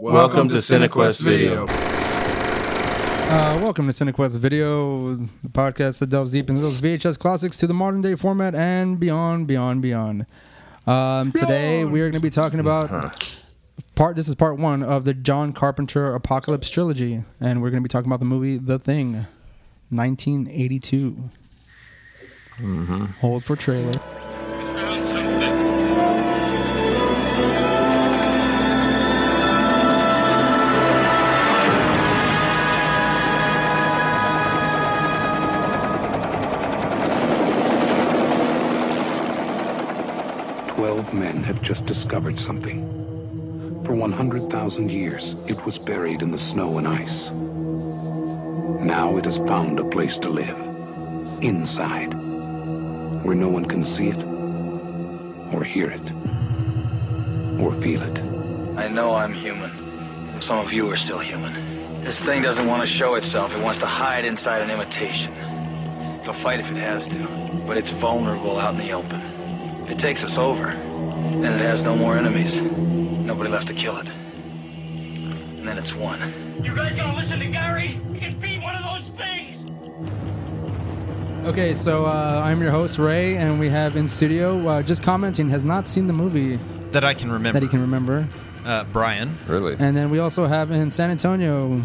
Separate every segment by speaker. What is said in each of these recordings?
Speaker 1: Welcome to Cinequest Video.
Speaker 2: Uh, welcome to CineQuest Video, the podcast that delves deep into those VHS classics to the modern day format and beyond, beyond, beyond. Um, today we are going to be talking about part. This is part one of the John Carpenter Apocalypse trilogy, and we're going to be talking about the movie The Thing, 1982. Hold for trailer.
Speaker 3: Twelve men have just discovered something. For 100,000 years, it was buried in the snow and ice. Now it has found a place to live. Inside. Where no one can see it, or hear it, or feel it.
Speaker 4: I know I'm human. Some of you are still human. This thing doesn't want to show itself. It wants to hide inside an imitation. It'll fight if it has to, but it's vulnerable out in the open. If it takes us over, then it has no more enemies. Nobody left to kill it. And then it's one.
Speaker 5: You guys gonna listen to Gary? He can be one of those things.
Speaker 2: Okay, so uh, I'm your host Ray, and we have in studio uh, just commenting has not seen the movie
Speaker 6: that I can remember.
Speaker 2: that he can remember,
Speaker 6: uh, Brian.
Speaker 1: Really?
Speaker 2: and then we also have in San Antonio,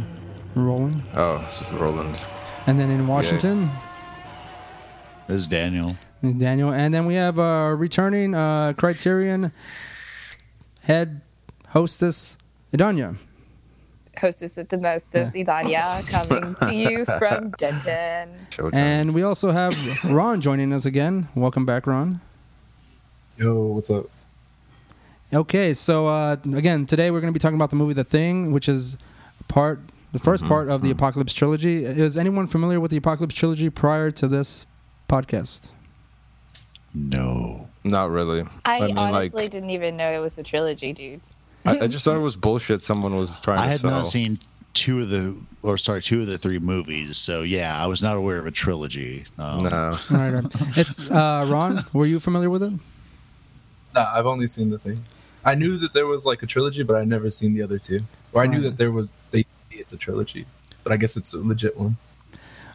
Speaker 2: Roland.
Speaker 1: Oh, it's just Roland.
Speaker 2: And then in Washington,
Speaker 7: This is Daniel.
Speaker 2: Daniel. And then we have uh, returning uh, Criterion head hostess, Idania.
Speaker 8: hostess with the mostest, Idania, coming to you from Denton.
Speaker 1: Showtime.
Speaker 2: And we also have Ron joining us again. Welcome back, Ron.
Speaker 9: Yo, what's up?
Speaker 2: Okay, so uh, again, today we're going to be talking about the movie The Thing, which is part the 1st part of the Apocalypse trilogy. Is anyone familiar with the Apocalypse trilogy prior to this podcast?
Speaker 7: No.
Speaker 1: Not really.
Speaker 8: I,
Speaker 1: mean,
Speaker 8: honestly
Speaker 1: like,
Speaker 8: didn't even know it was a trilogy, dude.
Speaker 1: I, I just thought it was bullshit. Someone was trying
Speaker 7: I
Speaker 1: to
Speaker 7: had
Speaker 1: sell.
Speaker 7: not seen two of the, or sorry, two of the three movies. So yeah, I was not aware of a trilogy. Um,
Speaker 1: No.
Speaker 2: All right, Ron. it's uh, Ron. Were you familiar with it?
Speaker 9: Nah, I've only seen the thing. I knew that there was like a trilogy, but I never seen the other two. Or I knew that there was they it's a trilogy, but I guess it's a legit one.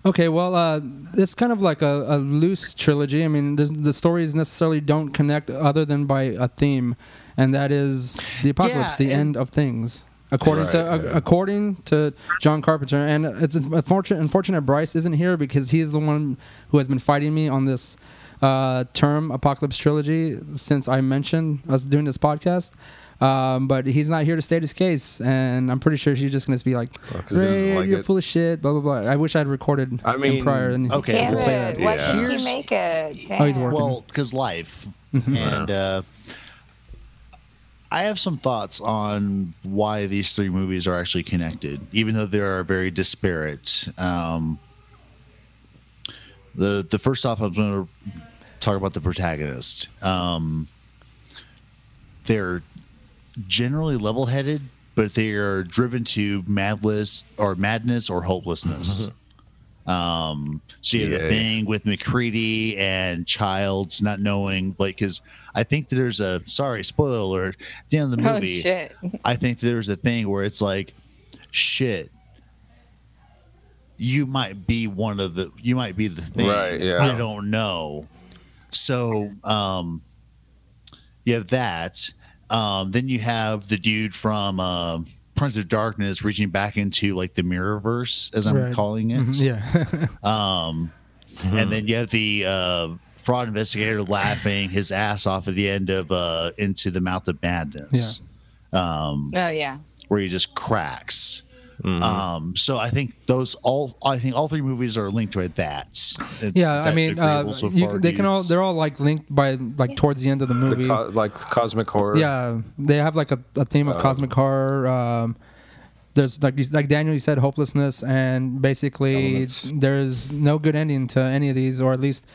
Speaker 2: Okay, well, uh, it's kind of like a, a loose trilogy. I mean, there's- the stories necessarily don't connect other than by a theme, and that is the apocalypse,
Speaker 7: Yeah,
Speaker 2: the
Speaker 7: and-
Speaker 2: end of things, according to
Speaker 1: Right,
Speaker 2: a- according to John Carpenter. And it's unfortunate, unfortunate Bryce isn't here because he is the one who has been fighting me on this uh, term apocalypse trilogy since I mentioned us doing this podcast. Um, but he's not here to state his case, and I'm pretty sure he's just going to be like,
Speaker 1: 'cause he doesn't
Speaker 2: "Ray,
Speaker 1: like
Speaker 2: you're
Speaker 1: it."
Speaker 2: full of shit." Blah blah blah. I wish I'd recorded
Speaker 1: I
Speaker 2: him
Speaker 1: mean,
Speaker 2: prior. And
Speaker 7: okay.
Speaker 8: Damn
Speaker 7: We'll
Speaker 8: it.
Speaker 7: play
Speaker 1: that.
Speaker 8: Why
Speaker 1: Yeah.
Speaker 8: can't you
Speaker 7: Here's-
Speaker 8: make it? Damn.
Speaker 2: Oh, he's working. Mm-hmm.
Speaker 7: Well, because life. and uh, I have some thoughts on why these three movies are actually connected, even though they are very disparate. Um, the the first off, I'm going to talk about the protagonist. Um, they're generally level headed, but they are driven to madness or madness or hopelessness. um, so you have
Speaker 1: Yeah.
Speaker 7: the thing with McCready and Childs not knowing, like, because I think that there's a sorry spoiler alert at the end of the
Speaker 8: Oh,
Speaker 7: movie.
Speaker 8: shit.
Speaker 7: I think there's a thing where it's like, shit. You might be one of the. You might be the thing.
Speaker 1: Right, yeah.
Speaker 7: I don't know. So um, you have that. Um, then you have the dude from um Prince of Darkness reaching back into like the mirrorverse, as I'm
Speaker 2: Right. Mm-hmm.
Speaker 7: calling it.
Speaker 2: yeah,
Speaker 7: Um,
Speaker 2: Mm-hmm.
Speaker 7: and then you have the uh, fraud investigator laughing his ass off at the end of uh, Into the Mouth of Madness, um,
Speaker 8: Oh, yeah.
Speaker 7: where he just
Speaker 2: Mm-hmm.
Speaker 7: cracks.
Speaker 1: Mhm.
Speaker 7: Um, so I think those all I think all three movies are linked with that.
Speaker 2: yeah. I mean, uh, you, they can all
Speaker 7: They're
Speaker 2: they're all like linked by like towards the end of the
Speaker 1: The
Speaker 2: movie.
Speaker 1: co- like cosmic horror.
Speaker 2: yeah, they have like a, a theme
Speaker 1: Uh,
Speaker 2: of cosmic horror. Um, there's like you, like Daniel, you said hopelessness, and basically
Speaker 1: Elements.
Speaker 2: there's no good ending to any of these, or at least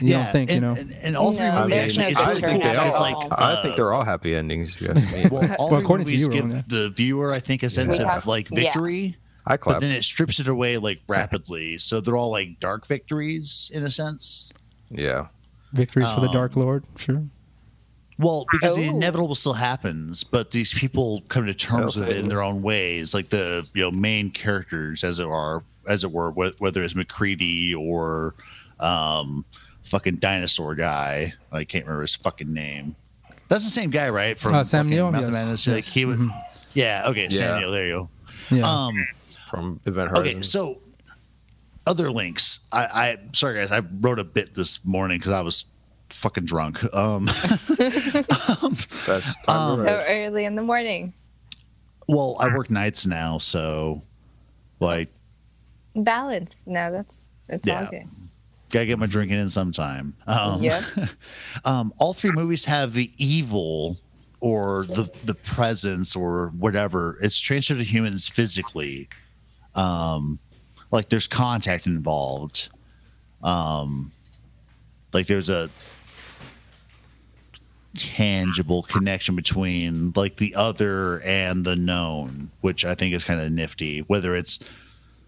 Speaker 2: you don't think
Speaker 7: and,
Speaker 2: you know.
Speaker 7: And, and all three
Speaker 8: No,
Speaker 7: movies,
Speaker 1: there's
Speaker 7: actually,
Speaker 8: no
Speaker 7: it's really
Speaker 8: good
Speaker 7: cool
Speaker 8: Oh, turn
Speaker 7: because
Speaker 8: at
Speaker 7: like
Speaker 8: all.
Speaker 1: I think
Speaker 7: uh,
Speaker 1: they're all happy endings. if you ask me.
Speaker 7: well, all
Speaker 2: Well,
Speaker 7: three
Speaker 2: according to
Speaker 7: movies
Speaker 2: you,
Speaker 7: give
Speaker 2: Roman,
Speaker 7: the viewer, I think, a sense
Speaker 8: have-
Speaker 7: of like
Speaker 8: yeah.
Speaker 7: victory.
Speaker 1: I
Speaker 7: but
Speaker 1: clapped.
Speaker 7: then it strips it away like rapidly. So they're all like dark victories in a sense.
Speaker 1: yeah.
Speaker 2: Victories for the
Speaker 7: Um,
Speaker 2: Dark Lord, sure.
Speaker 7: Well, because the
Speaker 8: Oh.
Speaker 7: inevitable still happens, but these people come to terms with it in their own ways. Like the you know main characters, as it are, as it were, wh- whether it's McCready or um, fucking dinosaur guy. I can't remember his fucking name. That's the same guy, right? From
Speaker 2: Uh, Sam
Speaker 7: fucking
Speaker 2: Neill,
Speaker 7: Mouth of
Speaker 2: yes,
Speaker 7: Madness. Like
Speaker 2: yes. Mm-hmm.
Speaker 7: he would. Yeah. Okay. Sam
Speaker 1: Yeah.
Speaker 7: Neill. There you
Speaker 2: Yeah.
Speaker 7: go. Um,
Speaker 1: from Event Horizon.
Speaker 7: Okay, so other links. I, I sorry guys, I wrote a bit this morning because I was fucking drunk. Um, um,
Speaker 1: That's time
Speaker 7: um,
Speaker 1: to
Speaker 8: So
Speaker 1: rest.
Speaker 8: early in the morning.
Speaker 7: well, I work nights now, so like
Speaker 8: Balance. No, that's that's all
Speaker 7: Yeah.
Speaker 8: good.
Speaker 7: gotta get my drinking in sometime. Um,
Speaker 8: Yep.
Speaker 7: um, all three movies have the evil or the the presence or whatever. It's transferred to humans physically. Um, like there's contact involved. Um, like there's a tangible connection between like the other and the known, which I think is kind of nifty. Whether it's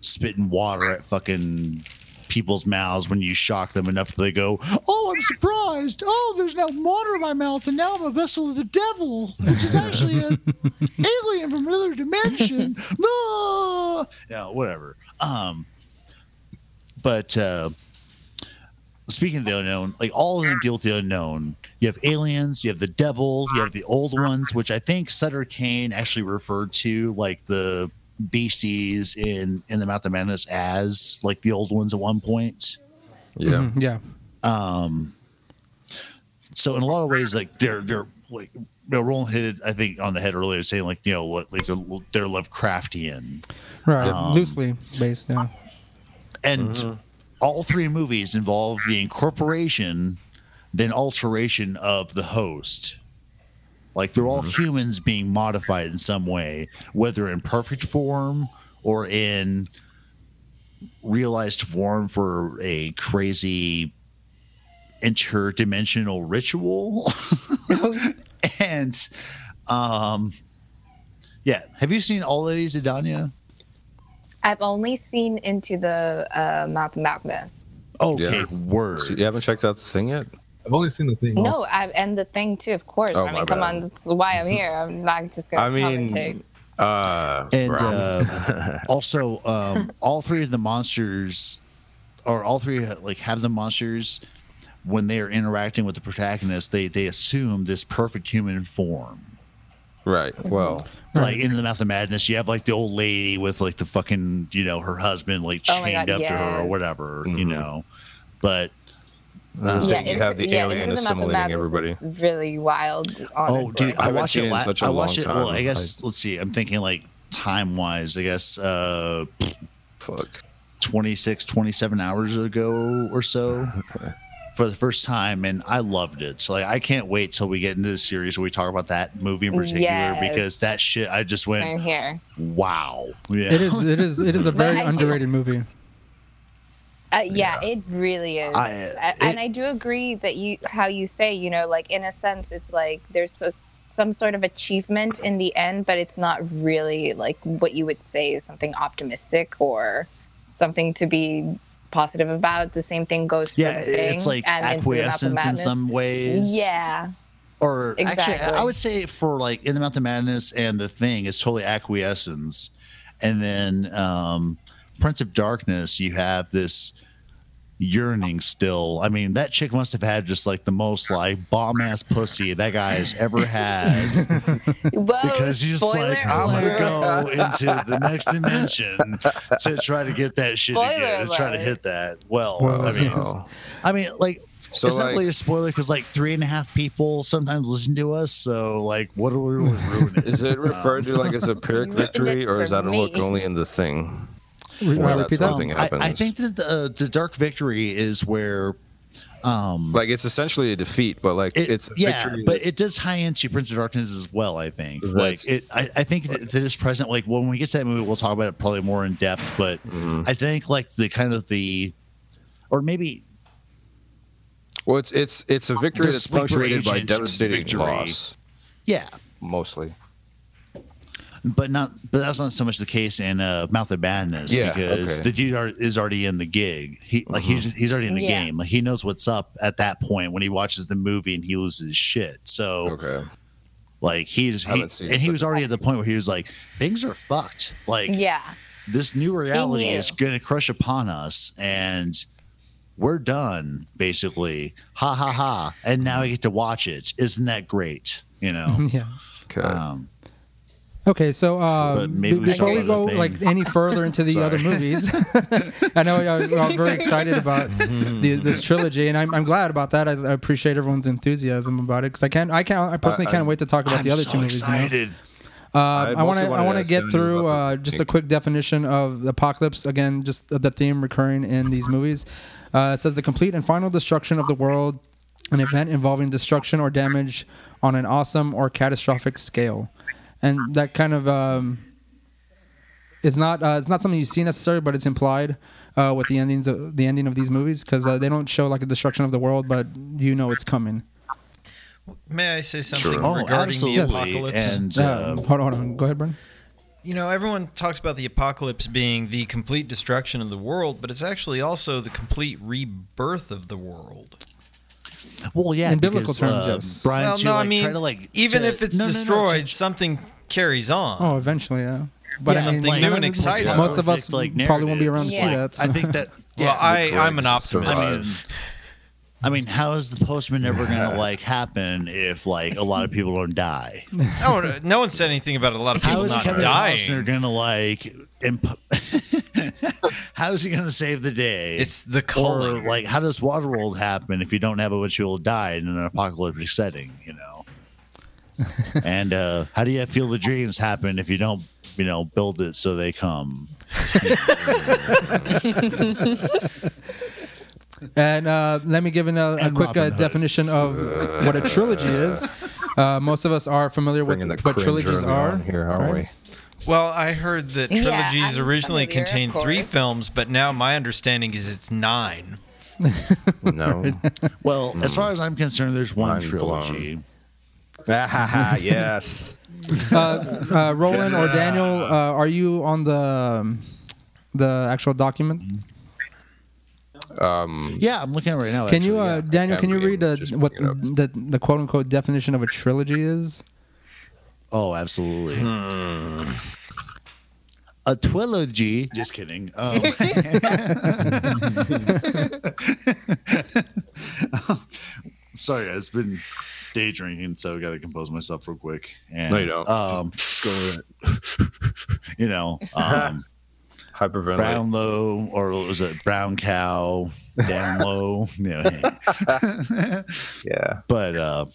Speaker 7: spitting water at fucking people's mouths when you shock them enough that they go, "Oh, I'm surprised! Oh, there's now water in my mouth, and now I'm a vessel of the devil, which is actually an alien from another dimension." No, yeah, whatever. Um, but uh, speaking of the unknown, like all of them deal with the unknown. You have aliens, you have the devil, you have the old ones, which I think Sutter Kane actually referred to like the beasties in in the Mouth of Madness as like the old ones at one point.
Speaker 1: yeah.
Speaker 7: Mm-hmm.
Speaker 2: Mhm, yeah.
Speaker 7: So in a lot of ways, like they're they're like you know, Roland hit it I think on the head earlier, saying like you know like like they're, they're Lovecraftian.
Speaker 2: Right.
Speaker 7: Um,
Speaker 2: Loosely based. Yeah.
Speaker 7: and all three movies involve the incorporation then alteration of the host like they're all humans being modified in some way whether in perfect form or in realized form for a crazy interdimensional ritual and um yeah have you seen all of these adanya
Speaker 8: I've only seen into the uh, mouth of madness.
Speaker 7: okay
Speaker 1: Yeah.
Speaker 7: word
Speaker 1: So you haven't checked out this thing yet?
Speaker 9: I've only seen the thing.
Speaker 8: No, I and the thing too. Of course.
Speaker 1: Oh,
Speaker 8: I
Speaker 1: my
Speaker 8: mean, come
Speaker 1: bad.
Speaker 8: on. That's why I'm here. I'm not just gonna.
Speaker 1: I
Speaker 8: commentate.
Speaker 1: mean, uh,
Speaker 7: and
Speaker 1: bro.
Speaker 7: uh, also um, all three of the monsters or all three like have the monsters when they are interacting with the protagonist they they assume this perfect human form
Speaker 1: right. Well,
Speaker 7: like in the mouth of madness you have like the old lady with like the fucking you know her husband like
Speaker 8: Oh
Speaker 7: chained
Speaker 8: my God,
Speaker 7: up to her or
Speaker 8: yes.
Speaker 7: whatever you
Speaker 1: Mhm.
Speaker 7: know but uh,
Speaker 1: Yeah, you
Speaker 8: into-
Speaker 1: have the alien
Speaker 8: into the Mouth of
Speaker 1: assimilating
Speaker 8: Madness
Speaker 1: everybody.
Speaker 8: is really wild.
Speaker 7: Oh,
Speaker 8: Honestly.
Speaker 7: dude, I,
Speaker 1: haven't
Speaker 7: watched
Speaker 1: seen
Speaker 7: it.
Speaker 1: it in
Speaker 7: La-
Speaker 1: such a
Speaker 7: I watched it.
Speaker 1: long
Speaker 7: Well, I
Speaker 1: time.
Speaker 7: guess let's see. I'm thinking like time wise. I guess uh,
Speaker 1: fuck.
Speaker 7: 26 27 hours ago or so for the first time and i loved it so like i can't wait till we get into the series where we talk about that movie in particular
Speaker 8: Yes.
Speaker 7: because that shit i just
Speaker 8: I'm
Speaker 7: went
Speaker 8: here.
Speaker 7: wow yeah
Speaker 2: It is. It is. It is a
Speaker 8: But
Speaker 2: very
Speaker 8: I do-
Speaker 2: underrated movie.
Speaker 8: Uh, yeah, it really is.
Speaker 7: I-
Speaker 8: A-
Speaker 7: it-
Speaker 8: and I do agree that you how you say, you know, like in a sense, it's like there's so, some sort of achievement in the end, but it's not really like what you would say is something optimistic or something to be positive about. The same thing goes for
Speaker 7: yeah
Speaker 8: the thing
Speaker 7: it's like
Speaker 8: and Into the Mouth of
Speaker 7: acquiescence in
Speaker 8: Madness.
Speaker 7: some ways
Speaker 8: Yeah,
Speaker 7: or actually
Speaker 8: Exactly.
Speaker 7: i would say for like in the mouth of madness and the thing it's totally acquiescence and then um prince of darkness you have this yearning still i mean that chick must have had just like the most like bomb ass pussy that guy has ever had
Speaker 8: whoa!
Speaker 7: because he's just
Speaker 8: Oh, spoiler
Speaker 7: like i'm gonna
Speaker 8: alert.
Speaker 7: go into the next dimension to try to get that shit
Speaker 8: Spoiler
Speaker 7: again to try to
Speaker 8: alert.
Speaker 7: hit that well
Speaker 2: Spoilers,
Speaker 7: i mean
Speaker 2: yes.
Speaker 7: i mean like
Speaker 1: So
Speaker 7: it's not
Speaker 1: like-
Speaker 7: really a spoiler because like three and a half people sometimes listen to us. So like, what are we really ruining?
Speaker 1: Is it referred to like as a pyrrhic
Speaker 8: Ruined it
Speaker 1: victory, or is
Speaker 8: for
Speaker 1: that a look
Speaker 8: me.
Speaker 1: only in the thing?
Speaker 2: Re-
Speaker 1: Well,
Speaker 2: uh,
Speaker 1: that's
Speaker 2: repeat that.
Speaker 1: something.
Speaker 7: I, I
Speaker 1: happens.
Speaker 7: think that the, uh, the dark victory is where, um,
Speaker 1: Like it's essentially a defeat, but like
Speaker 7: it,
Speaker 1: it's a
Speaker 7: yeah,
Speaker 1: victory.
Speaker 7: but
Speaker 1: that's-
Speaker 7: it does tie into Prince of Darkness as well. I think
Speaker 1: That's-
Speaker 7: like it. I, I think that, that is present. Like when we get to that movie, we'll talk about it probably more in depth. But
Speaker 1: Mm-hmm.
Speaker 7: I think like the kind of the, or maybe
Speaker 1: well, it's it's it's a victory
Speaker 7: The
Speaker 1: that's
Speaker 7: sleeper
Speaker 1: punctuated by
Speaker 7: agent's
Speaker 1: devastating
Speaker 7: victory.
Speaker 1: loss,
Speaker 7: yeah,
Speaker 1: mostly.
Speaker 7: but not but that's not so much the case in uh, Mouth of Madness
Speaker 1: Yeah,
Speaker 7: because
Speaker 1: okay. Uh-huh.
Speaker 7: the dude are, is already in the gig. He like he's he's already in the
Speaker 8: Yeah.
Speaker 7: game. Like he knows what's up at that point when he watches the movie and he loses his shit. So
Speaker 1: Okay.
Speaker 7: like he just
Speaker 1: I
Speaker 7: he,
Speaker 1: haven't seen
Speaker 7: and he
Speaker 1: such
Speaker 7: was
Speaker 1: a-
Speaker 7: already at the point where he was like things are fucked. Like
Speaker 8: Yeah.
Speaker 7: this new reality
Speaker 8: knew.
Speaker 7: is going to crush upon us and we're done basically. Ha ha ha. And now I get to watch it. Isn't that great? You know.
Speaker 2: yeah.
Speaker 1: Okay.
Speaker 7: um
Speaker 2: Okay, so uh,
Speaker 7: But maybe
Speaker 2: be-
Speaker 7: we
Speaker 2: before
Speaker 7: should
Speaker 2: we
Speaker 7: go
Speaker 2: go
Speaker 7: to the
Speaker 2: like
Speaker 7: thing.
Speaker 2: any further into the other movies, I know y'all y'all are very excited about the, this trilogy, and I'm, I'm glad about that. I, I appreciate everyone's enthusiasm about it because I can't, I can't, I personally
Speaker 1: I-
Speaker 2: can't wait to talk about
Speaker 7: I'm
Speaker 2: the other
Speaker 7: so
Speaker 2: two movies. you know?
Speaker 7: excited.
Speaker 2: Uh, I
Speaker 1: mostly
Speaker 2: want to,
Speaker 1: wanted
Speaker 2: I want to
Speaker 1: ask
Speaker 2: get
Speaker 1: Sony
Speaker 2: through
Speaker 1: about
Speaker 2: uh,
Speaker 1: the
Speaker 2: just a
Speaker 1: remake.
Speaker 2: quick definition of the apocalypse. Again, just the theme recurring in these movies. Uh, it says the complete and final destruction of the world, an event involving destruction or damage on an awesome or catastrophic scale, and that kind of. Um, it's not uh, it's not something you see necessarily, but it's implied uh, with the endings of the ending of these movies because uh, they don't show like a destruction of the world, but you know it's coming.
Speaker 6: May I say something
Speaker 1: Sure.
Speaker 7: Oh,
Speaker 6: regarding the
Speaker 7: absolutely.
Speaker 6: apocalypse?
Speaker 7: And
Speaker 2: Uh,
Speaker 7: um,
Speaker 2: hold on, hold on, go ahead, Brian.
Speaker 6: you know, everyone talks about the apocalypse being the complete destruction of the world, but it's actually also the complete rebirth of the world.
Speaker 7: Well, yeah,
Speaker 2: In biblical
Speaker 7: because,
Speaker 2: terms,
Speaker 7: uh,
Speaker 2: yes.
Speaker 7: Brian,
Speaker 6: well,
Speaker 7: to,
Speaker 6: no,
Speaker 7: like,
Speaker 6: I mean,
Speaker 7: try to like,
Speaker 6: even
Speaker 7: to-
Speaker 6: if it's
Speaker 7: No, no, no,
Speaker 6: destroyed,
Speaker 7: to-
Speaker 6: something carries on.
Speaker 2: Oh, eventually, yeah. But
Speaker 6: Yeah,
Speaker 2: I mean,
Speaker 6: something
Speaker 2: none
Speaker 6: new
Speaker 2: of
Speaker 6: and
Speaker 2: the-
Speaker 6: exciting.
Speaker 2: Most of us
Speaker 7: Like,
Speaker 2: probably won't be around to
Speaker 7: narratives,
Speaker 2: that.
Speaker 8: see
Speaker 7: like,
Speaker 2: so-
Speaker 7: I think that. Yeah,
Speaker 6: well, I,
Speaker 1: drugs
Speaker 6: I'm an optimist.
Speaker 7: I mean, I mean, how is the postman ever going to like happen if like a lot of people don't die?
Speaker 6: Oh, no, no one said anything about a lot of
Speaker 7: How
Speaker 6: people
Speaker 7: is
Speaker 6: not
Speaker 7: Kevin Costner
Speaker 6: dying.
Speaker 7: going to like? Imp- how is he going to save the day?
Speaker 6: It's the
Speaker 7: or
Speaker 6: calling.
Speaker 7: like, how does Waterworld happen if you don't have a bunch of people died in an apocalyptic setting? You know. and uh, how do you feel the dreams happen if you don't, you know, build it so they come?
Speaker 2: And uh, let me give an, uh, a
Speaker 7: And
Speaker 2: quick
Speaker 7: Robin
Speaker 2: uh,
Speaker 7: Hood.
Speaker 2: definition of what a trilogy is. Uh, most of us are familiar with
Speaker 1: Bringing the
Speaker 2: what
Speaker 1: cringe
Speaker 2: trilogies
Speaker 1: early
Speaker 2: are.
Speaker 1: on here, aren't
Speaker 2: right?
Speaker 6: Well, I heard that
Speaker 8: Yeah,
Speaker 6: trilogies
Speaker 8: I'm
Speaker 6: originally
Speaker 8: familiar, of
Speaker 6: contained three
Speaker 8: course.
Speaker 6: films, but now my understanding is it's nine.
Speaker 1: we? No.
Speaker 7: Well, as
Speaker 2: Hmm.
Speaker 7: far as I'm concerned, there's one
Speaker 1: Mind
Speaker 7: trilogy.
Speaker 1: ah, yes.
Speaker 2: Uh, Roland or Daniel, uh, are you on the um, the actual document?
Speaker 1: Mm-hmm.
Speaker 7: Yeah, I'm looking at it right now.
Speaker 2: Can you,
Speaker 7: actually,
Speaker 2: uh,
Speaker 7: yeah.
Speaker 2: Daniel?
Speaker 1: I'm
Speaker 2: Can you read
Speaker 1: reading,
Speaker 2: the,
Speaker 1: just
Speaker 2: what
Speaker 1: bringing it
Speaker 2: the the quote unquote definition of a trilogy is?
Speaker 7: Oh, absolutely. A trilogy. Hmm. Just kidding. Um, sorry, I've been day drinking, so I got to compose myself real quick. And,
Speaker 1: No, you don't.
Speaker 7: Um, you know, um,
Speaker 1: Hyperventilate.
Speaker 7: brown low, or what was it brown cow? Down low. You know,
Speaker 1: Yeah.
Speaker 7: but uh,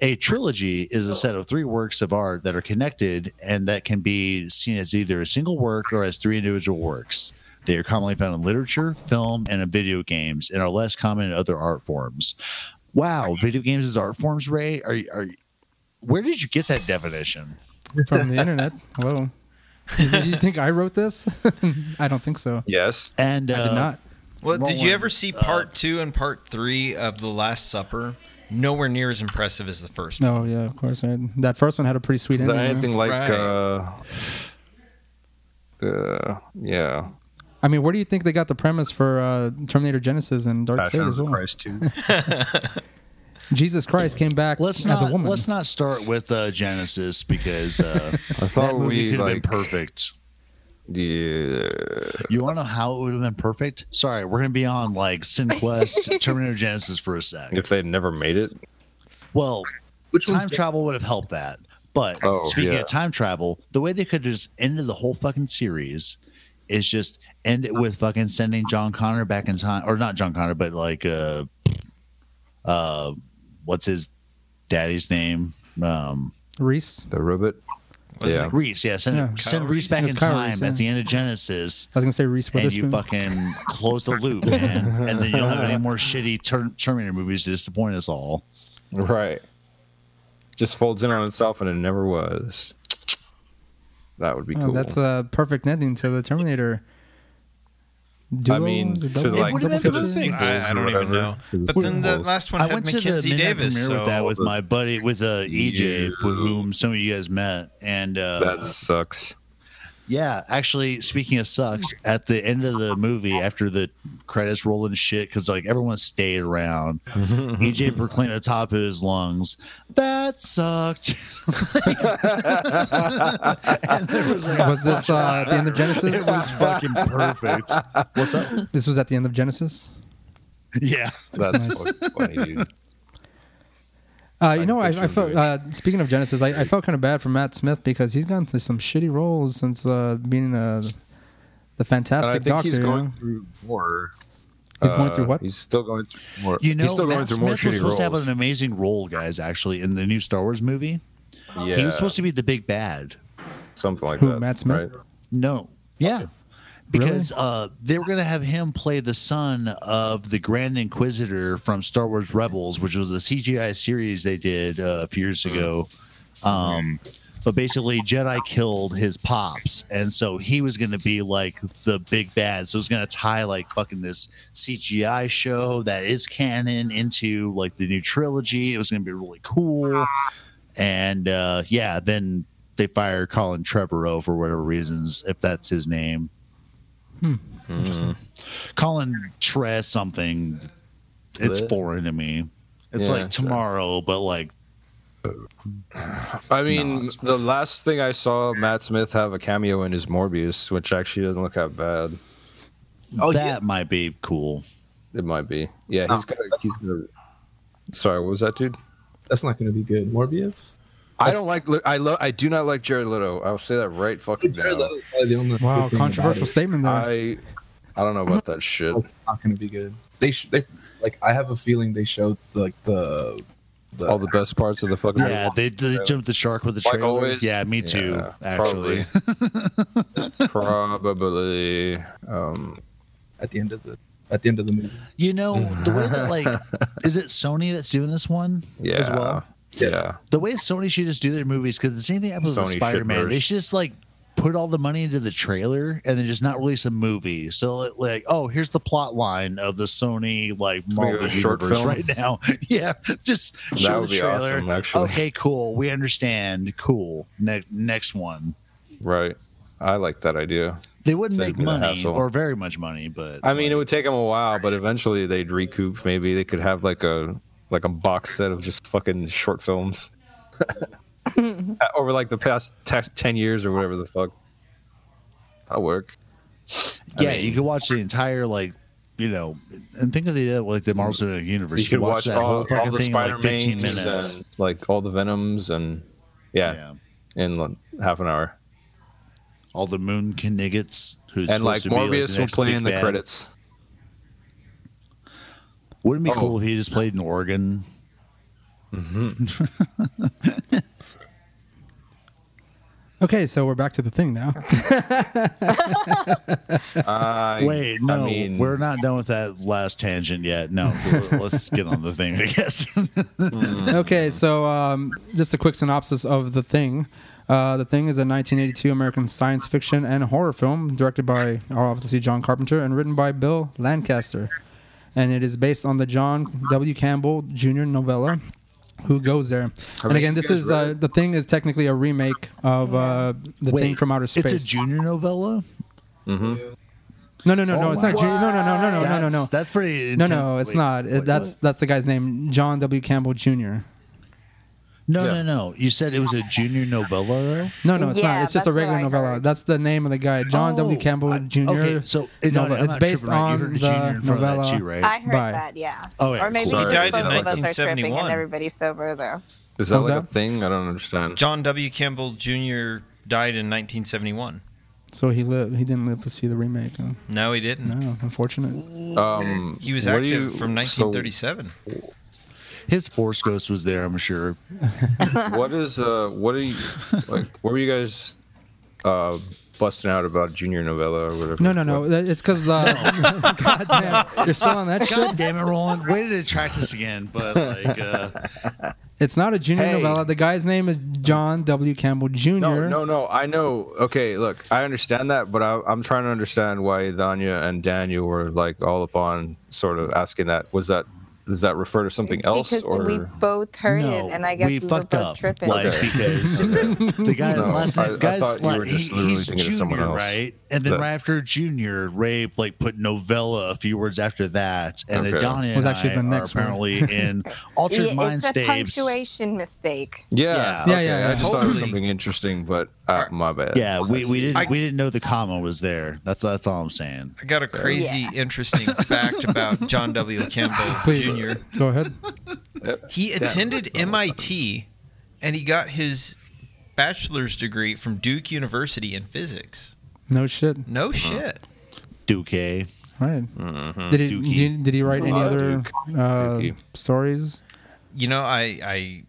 Speaker 7: a trilogy is a set of three works of art that are connected and that can be seen as either a single work or as three individual works. They are commonly found in literature, film, and in video games, and are less common in other art forms. Wow, video games as art forms, Ray? Are you- are you- where did you get that definition?
Speaker 2: From the internet. Hello. Do you think I wrote this? I don't think so.
Speaker 1: Yes.
Speaker 7: And uh,
Speaker 2: I did not.
Speaker 6: Well, did
Speaker 7: Roland,
Speaker 6: you ever see part two and part three of The Last Supper? Nowhere near as impressive as the first. one.
Speaker 2: Oh yeah, of course. I, that first one had a pretty sweet
Speaker 1: Is
Speaker 2: ending.
Speaker 1: that
Speaker 2: yeah.
Speaker 1: anything like
Speaker 6: Right.
Speaker 1: uh uh yeah.
Speaker 2: I mean, where do you think they got the premise for uh, Terminator Genesis and Dark
Speaker 1: Passion
Speaker 2: Fate
Speaker 1: of
Speaker 2: as
Speaker 1: the
Speaker 2: well?
Speaker 1: Christ too.
Speaker 2: Jesus Christ came back
Speaker 7: Let's
Speaker 2: as
Speaker 7: not,
Speaker 2: a woman.
Speaker 7: let's not start with uh, Genesis because uh,
Speaker 1: I
Speaker 7: that
Speaker 1: thought
Speaker 7: movie
Speaker 1: we
Speaker 7: could have been
Speaker 1: like
Speaker 7: perfect.
Speaker 1: the uh,
Speaker 7: You want to know how it would have been perfect? Sorry, we're gonna be on like SinQuest, Terminator Genesis for a sec.
Speaker 1: if they never made it.
Speaker 7: Well,
Speaker 9: Which
Speaker 7: time
Speaker 9: one's that?
Speaker 7: travel would have helped that. But
Speaker 1: Oh,
Speaker 7: speaking
Speaker 1: yeah.
Speaker 7: of time travel, the way they could have just ended the whole fucking series is just end it with fucking sending John Connor back in time, or not John Connor, but like uh, uh, what's his daddy's name? Um,
Speaker 2: Reese.
Speaker 1: The robot.
Speaker 6: Wasn't
Speaker 1: yeah.
Speaker 7: Reese. Yeah, send,
Speaker 2: Yeah.
Speaker 7: send
Speaker 6: Kyle
Speaker 7: Reese
Speaker 6: Reese.
Speaker 7: back
Speaker 2: It's
Speaker 7: in
Speaker 2: Kyle
Speaker 7: time
Speaker 2: Reese, yeah.
Speaker 7: at the end of Genesis.
Speaker 2: I was gonna say Reese
Speaker 7: and you
Speaker 2: Witherspoon.
Speaker 7: fucking close the loop, man. and then you don't have any more shitty ter- Terminator movies to disappoint us all.
Speaker 1: Right. Just folds in on itself and it never was. That would be
Speaker 2: Oh,
Speaker 1: cool.
Speaker 2: That's a perfect ending to the Terminator Duo?
Speaker 1: I mean,
Speaker 2: Is it
Speaker 1: to
Speaker 2: double?
Speaker 1: like
Speaker 7: would've
Speaker 1: to
Speaker 7: been
Speaker 1: the
Speaker 7: the same.
Speaker 1: sequels
Speaker 6: I- I
Speaker 1: or
Speaker 6: don't even
Speaker 1: whatever,
Speaker 6: know.
Speaker 1: to the
Speaker 6: But then the
Speaker 1: sequels.
Speaker 6: last one
Speaker 7: I
Speaker 6: had
Speaker 7: went to the
Speaker 6: Mackenzie
Speaker 7: midnight
Speaker 6: Davis.
Speaker 7: premiere
Speaker 6: So
Speaker 7: with that with my buddy with uh, EJ, with whom some of you guys met, and uh,
Speaker 1: that sucks.
Speaker 7: Yeah, actually, speaking of sucks, at the end of the movie, after the credits roll and shit, because like everyone stayed around, EJ proclaimed at the top of his lungs, "That sucked." and there was like,
Speaker 2: was this uh, at the end of
Speaker 7: it
Speaker 2: Genesis?
Speaker 7: was fucking perfect. What's up?
Speaker 2: This was at the end of Genesis.
Speaker 7: Yeah,
Speaker 1: That's
Speaker 2: Nice.
Speaker 1: fucking funny, dude.
Speaker 2: Uh, you know, I,
Speaker 1: picture
Speaker 2: I
Speaker 1: him
Speaker 2: felt
Speaker 1: doing
Speaker 2: uh, speaking of Genesis, I, I felt kind of bad for Matt Smith because he's gone through some shitty roles since uh, being the the
Speaker 1: And I
Speaker 2: Fantastic
Speaker 1: think
Speaker 2: Doctor.
Speaker 1: he's
Speaker 2: you
Speaker 1: going
Speaker 2: know?
Speaker 1: through more. uh,
Speaker 2: He's going
Speaker 7: Uh,
Speaker 2: through what?
Speaker 1: He's still going through more.
Speaker 7: you know,
Speaker 1: he's still going
Speaker 7: Matt
Speaker 1: through
Speaker 7: Smith
Speaker 1: more
Speaker 7: was supposed
Speaker 1: shitty roles.
Speaker 7: to have an amazing role, guys. Actually, in the new Star Wars movie,
Speaker 1: yeah,
Speaker 7: he was supposed to be the big bad.
Speaker 1: something like
Speaker 2: Who,
Speaker 1: that.
Speaker 2: Matt Smith?
Speaker 1: right?
Speaker 7: No. Yeah. Because uh, they were going to have him play the son of the Grand Inquisitor from Star Wars Rebels, which was a CGI series they did uh, a few years ago. Um, but basically, Jedi killed his pops, and so he was going to be like the big bad. So it's going to tie like fucking this CGI show that is canon into like the new trilogy. It was going to be really cool, and uh, yeah, then they fire Colin Trevorrow for whatever reasons, if that's his name.
Speaker 1: Hmm.
Speaker 7: Colin Tre something. It's
Speaker 1: Bleh.
Speaker 7: foreign to me. It's
Speaker 1: Yeah,
Speaker 7: like
Speaker 1: sure.
Speaker 7: tomorrow, but like
Speaker 1: I mean, the last thing I saw Matt Smith have a cameo in is Morbius, which actually doesn't look that bad.
Speaker 9: Oh,
Speaker 7: that
Speaker 9: yes.
Speaker 7: might be cool.
Speaker 1: It might be. Yeah,
Speaker 9: No,
Speaker 1: he's got.
Speaker 9: that's
Speaker 1: He's gonna, sorry, what was that, dude?
Speaker 9: That's not going to be good. Morbius.
Speaker 1: I
Speaker 9: That's-
Speaker 1: don't like. I love. I do not like Jared Leto. I'll say that right fucking
Speaker 9: Jared
Speaker 1: now.
Speaker 9: Leto's probably the only good thing
Speaker 2: Wow,
Speaker 9: about
Speaker 2: controversial
Speaker 9: it.
Speaker 2: statement there.
Speaker 1: I. I don't know about that shit.
Speaker 9: It's not going to be good. They sh- they like. I have a feeling they showed like the the
Speaker 1: All the best parts of the fucking.
Speaker 7: Yeah, they, they jumped the shark with the
Speaker 1: Like
Speaker 7: trailer.
Speaker 1: always?
Speaker 7: yeah, me too.
Speaker 1: Yeah,
Speaker 7: actually,
Speaker 1: probably. Um,
Speaker 9: at the end of the at the end of the movie.
Speaker 7: you know the way that like is it Sony that's doing this one
Speaker 1: yeah.
Speaker 7: as well?
Speaker 9: Yes.
Speaker 1: Yeah.
Speaker 7: The way Sony should just do their movies because the same thing happens with
Speaker 1: Sony
Speaker 7: Spider Man. They
Speaker 1: shippers.
Speaker 7: should just like put all the money into the trailer and then just not release a movie. So like, like, oh, here's the plot line of the Sony like
Speaker 1: Make it a
Speaker 7: Marvel
Speaker 1: short
Speaker 7: universe
Speaker 1: film?
Speaker 7: right now. yeah, just show
Speaker 1: would
Speaker 7: the
Speaker 1: be
Speaker 7: trailer.
Speaker 1: awesome, actually.
Speaker 7: Okay, cool. We understand. Cool. Ne- next one.
Speaker 1: Right. I like that idea.
Speaker 7: They wouldn't
Speaker 1: Save
Speaker 7: make
Speaker 1: me the
Speaker 7: money
Speaker 1: hassle.
Speaker 7: or very much money, but
Speaker 1: I mean, it would take them a while, but eventually they'd recoup. Maybe they could have like a like a box set of just fucking short films over like the past te- ten years or whatever the fuck. That'll work.
Speaker 7: yeah, you could watch the entire like. You know, and think of the uh, like the Marvel Universe.
Speaker 1: You could watch
Speaker 7: that
Speaker 1: all,
Speaker 7: whole fucking
Speaker 1: all the
Speaker 7: thing in,
Speaker 1: Spider
Speaker 7: like fifteen
Speaker 1: Mans
Speaker 7: minutes.
Speaker 1: and like all the Venoms and yeah, in like half an hour.
Speaker 7: all the moon kniggets who's
Speaker 1: and like
Speaker 7: supposed to be, the
Speaker 1: Morbius will
Speaker 7: next
Speaker 1: play
Speaker 7: big
Speaker 1: in the
Speaker 7: bad.
Speaker 1: credits.
Speaker 7: Wouldn't it be
Speaker 1: Oh.
Speaker 7: cool if he just played an organ?
Speaker 2: okay, so we're back to the thing now.
Speaker 1: I,
Speaker 7: Wait, no,
Speaker 1: mean-
Speaker 7: we're not done with that last tangent yet. No, l- let's get on the thing, I guess.
Speaker 2: okay, so um, just a quick synopsis of The Thing. Uh, the Thing is a 1982 American science fiction and horror film directed by obviously John Carpenter and written by Bill Lancaster. And it is based on the John W. Campbell Jr. novella, Who Goes There. and
Speaker 1: you
Speaker 2: again, this
Speaker 1: guys
Speaker 2: is
Speaker 1: read
Speaker 2: uh, The Thing is technically a remake of uh, The Thing from Outer Space.
Speaker 7: It's a junior novella.
Speaker 2: no, no, no, no,
Speaker 7: Oh,
Speaker 2: it's not
Speaker 7: wow.
Speaker 2: junior. No, no, no, no, no,
Speaker 7: that's,
Speaker 2: no, no.
Speaker 7: That's pretty.
Speaker 2: No,
Speaker 7: inten-
Speaker 2: no, it's
Speaker 7: wait,
Speaker 2: not.
Speaker 7: wait,
Speaker 2: It that's that's the guy's name, John W. Campbell Jr.
Speaker 7: what? no,
Speaker 1: yeah.
Speaker 7: no, no. You said it was a junior novella, though.
Speaker 2: No, no, it's not.
Speaker 8: Yeah,
Speaker 2: It's just a
Speaker 8: that's what
Speaker 2: regular
Speaker 8: I
Speaker 2: novella.
Speaker 8: heard.
Speaker 2: That's the name of the guy, John W.
Speaker 7: Oh,
Speaker 2: Campbell
Speaker 7: I-
Speaker 2: Jr.
Speaker 7: Okay, so it, no,
Speaker 2: novella.
Speaker 7: no,
Speaker 2: it's based on
Speaker 7: you heard
Speaker 2: the
Speaker 7: junior in front Of
Speaker 2: novella.
Speaker 7: that too, right?
Speaker 8: I heard
Speaker 2: Bye.
Speaker 8: that, yeah.
Speaker 7: Oh, yeah,
Speaker 8: or maybe
Speaker 7: cool.
Speaker 8: it's
Speaker 1: He died
Speaker 8: just both
Speaker 1: in
Speaker 8: of us are tripping
Speaker 6: 1971.
Speaker 8: and everybody's sober though.
Speaker 1: Is that
Speaker 2: What's
Speaker 1: like a
Speaker 2: that?
Speaker 1: thing? I don't understand.
Speaker 6: John W. Campbell Jr. died in 1971.
Speaker 2: So he lived. He didn't live to see the remake. huh?
Speaker 6: No, he didn't.
Speaker 2: No, unfortunate.
Speaker 1: Um,
Speaker 6: He was
Speaker 1: what do
Speaker 6: active
Speaker 1: you-
Speaker 6: from
Speaker 1: so
Speaker 6: 1937.
Speaker 7: His force ghost was there, I'm sure.
Speaker 1: what is uh? What are you like? What were you guys uh busting out about Junior Novella or whatever?
Speaker 2: No, no, no.
Speaker 1: What-
Speaker 2: that- It's because the goddamn. You're still on that shit.
Speaker 7: God damn it, Roland! Way to attract us again, but like. uh
Speaker 2: It's not a junior
Speaker 1: Hey.
Speaker 2: novella. The guy's name is John W. Campbell Jr.
Speaker 1: No, no, no. I know. Okay, look, I understand that, but I, I'm trying to understand why Danya and Daniel were like all up on sort of asking that. Was that does that refer to something else
Speaker 8: because
Speaker 1: or?
Speaker 8: we both heard
Speaker 7: no,
Speaker 8: it, and I guess we,
Speaker 7: we,
Speaker 8: were
Speaker 7: fucked
Speaker 8: both
Speaker 7: up.
Speaker 8: tripping.
Speaker 7: Like
Speaker 1: Okay.
Speaker 7: because the guy
Speaker 1: No,
Speaker 7: last
Speaker 1: I-
Speaker 7: name,
Speaker 1: I
Speaker 7: guy's
Speaker 1: thought you
Speaker 7: la-
Speaker 1: were just
Speaker 7: he-
Speaker 1: literally
Speaker 7: he's
Speaker 1: thinking of someone
Speaker 7: junior,
Speaker 1: else.
Speaker 7: right? And then
Speaker 1: That-
Speaker 7: right after junior, Ray like put novella a few words after that, and
Speaker 1: Okay.
Speaker 7: okay. Adonia
Speaker 2: Was
Speaker 7: and
Speaker 2: actually
Speaker 7: I
Speaker 2: the next
Speaker 7: are
Speaker 2: one.
Speaker 7: apparently in altered
Speaker 8: Yeah,
Speaker 7: mind
Speaker 8: it's a
Speaker 7: states.
Speaker 8: punctuation mistake.
Speaker 1: yeah,
Speaker 2: Yeah,
Speaker 1: okay,
Speaker 2: yeah, yeah.
Speaker 1: I just thought it was
Speaker 6: Totally.
Speaker 1: something interesting, but uh, my bad.
Speaker 7: Yeah, we,
Speaker 1: I
Speaker 7: we
Speaker 1: see.
Speaker 7: didn't
Speaker 6: I-
Speaker 7: we didn't know the comma was there. That's that's all I'm saying.
Speaker 6: I got a crazy,
Speaker 8: Yeah.
Speaker 6: interesting fact about John W. Campbell
Speaker 2: Please
Speaker 6: Jr.
Speaker 2: go ahead.
Speaker 6: He attended MIT, and he got his bachelor's degree from Duke University in physics.
Speaker 2: No shit. All
Speaker 1: Uh-huh.
Speaker 6: No shit.
Speaker 7: Duque. eh?
Speaker 2: right. Did he
Speaker 7: Dookie.
Speaker 2: did, did he write any
Speaker 1: Lot of
Speaker 2: other
Speaker 1: Duke.
Speaker 2: uh,
Speaker 1: Dookie.
Speaker 2: stories?
Speaker 6: You know, I, I,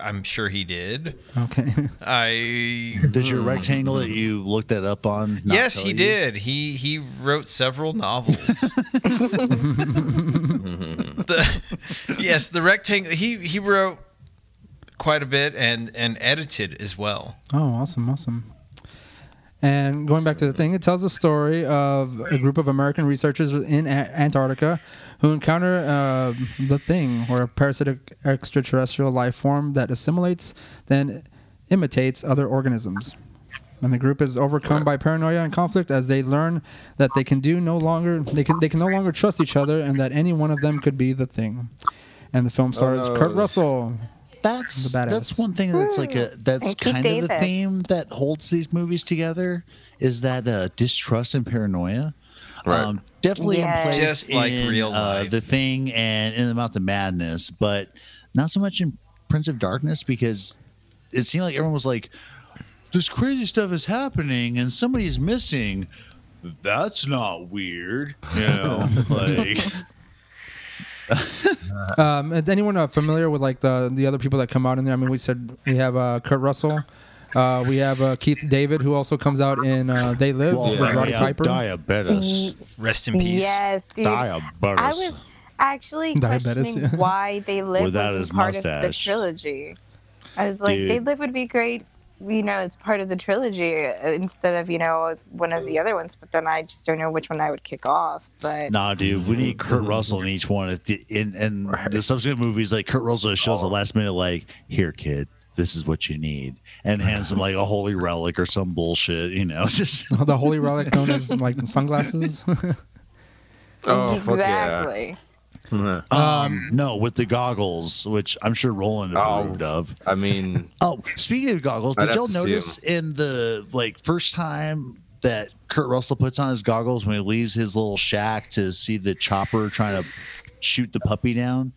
Speaker 6: I'm sure he did.
Speaker 2: Okay.
Speaker 6: I
Speaker 7: Does
Speaker 2: Hmm.
Speaker 7: your rectangle that you looked that up on? not
Speaker 6: yes,
Speaker 7: tell
Speaker 6: he
Speaker 7: you?
Speaker 6: did. He he wrote several novels. the, yes, the rectangle. He he wrote quite a bit and and edited as well.
Speaker 2: Oh, awesome, awesome. And going back to the thing, it tells the story of a group of American researchers in A- Antarctica who encounter uh, the thing, or a parasitic extraterrestrial life form that assimilates, then imitates other organisms. And the group is overcome by paranoia and conflict as they learn that they can do no longer they can they can no longer trust each other, and that any one of them could be the thing. And the film stars
Speaker 1: no.
Speaker 2: Kurt Russell.
Speaker 7: That's
Speaker 2: The badass.
Speaker 7: that's one thing that's like a that's
Speaker 8: And Keith
Speaker 7: kind of the
Speaker 8: Hmm. David.
Speaker 7: theme that holds these movies together is that uh, distrust and paranoia. um,
Speaker 1: Right.
Speaker 7: definitely
Speaker 8: Yes.
Speaker 7: in place
Speaker 6: Just like
Speaker 7: in,
Speaker 6: real
Speaker 7: uh,
Speaker 6: life.
Speaker 7: the thing and in the Mouth of Madness, but not so much in Prince of Darkness because it seemed like everyone was like, "This crazy stuff is happening and somebody's missing." That's not weird, you know. like,
Speaker 2: Um, is anyone uh, familiar with like the the other people that come out in there? I mean, we said we have uh, Kurt Russell, uh, we have uh, Keith David, who also comes out in uh, They Live
Speaker 7: well,
Speaker 2: with Roddy
Speaker 7: yeah,
Speaker 2: Piper.
Speaker 7: diabetes,
Speaker 6: Rest in peace.
Speaker 8: Yes, dude.
Speaker 7: diabetes.
Speaker 8: Mm, I was actually
Speaker 2: Diabetes,
Speaker 8: questioning
Speaker 2: yeah.
Speaker 8: why they live
Speaker 7: Without
Speaker 8: wasn't
Speaker 7: his
Speaker 8: part of the
Speaker 7: mustache.
Speaker 8: trilogy. I was like,
Speaker 7: Dude.
Speaker 8: they live would be great, you know, as part of the trilogy uh, instead of you know one of the other ones. But then I just don't know which one I would kick off. But
Speaker 7: Nah, dude, we need Kurt Russell in each one. At the- In and the subsequent movies, like Kurt Russell shows the last minute, like, "Here, kid, this is what you need," and hands him like a holy relic or some bullshit, you know? Just
Speaker 2: the holy relic known as like sunglasses.
Speaker 1: Oh, fuck yeah.
Speaker 8: exactly.
Speaker 1: Mhm.
Speaker 7: um, no, with the goggles, which I'm sure Roland
Speaker 1: Oh.
Speaker 7: approved of.
Speaker 1: I mean,
Speaker 7: Oh, speaking of goggles,
Speaker 1: I'd
Speaker 7: did
Speaker 1: have
Speaker 7: y'all
Speaker 1: to see
Speaker 7: notice in the like first time that Kurt Russell puts on his goggles when he leaves his little shack to see the chopper trying to shoot the puppy down?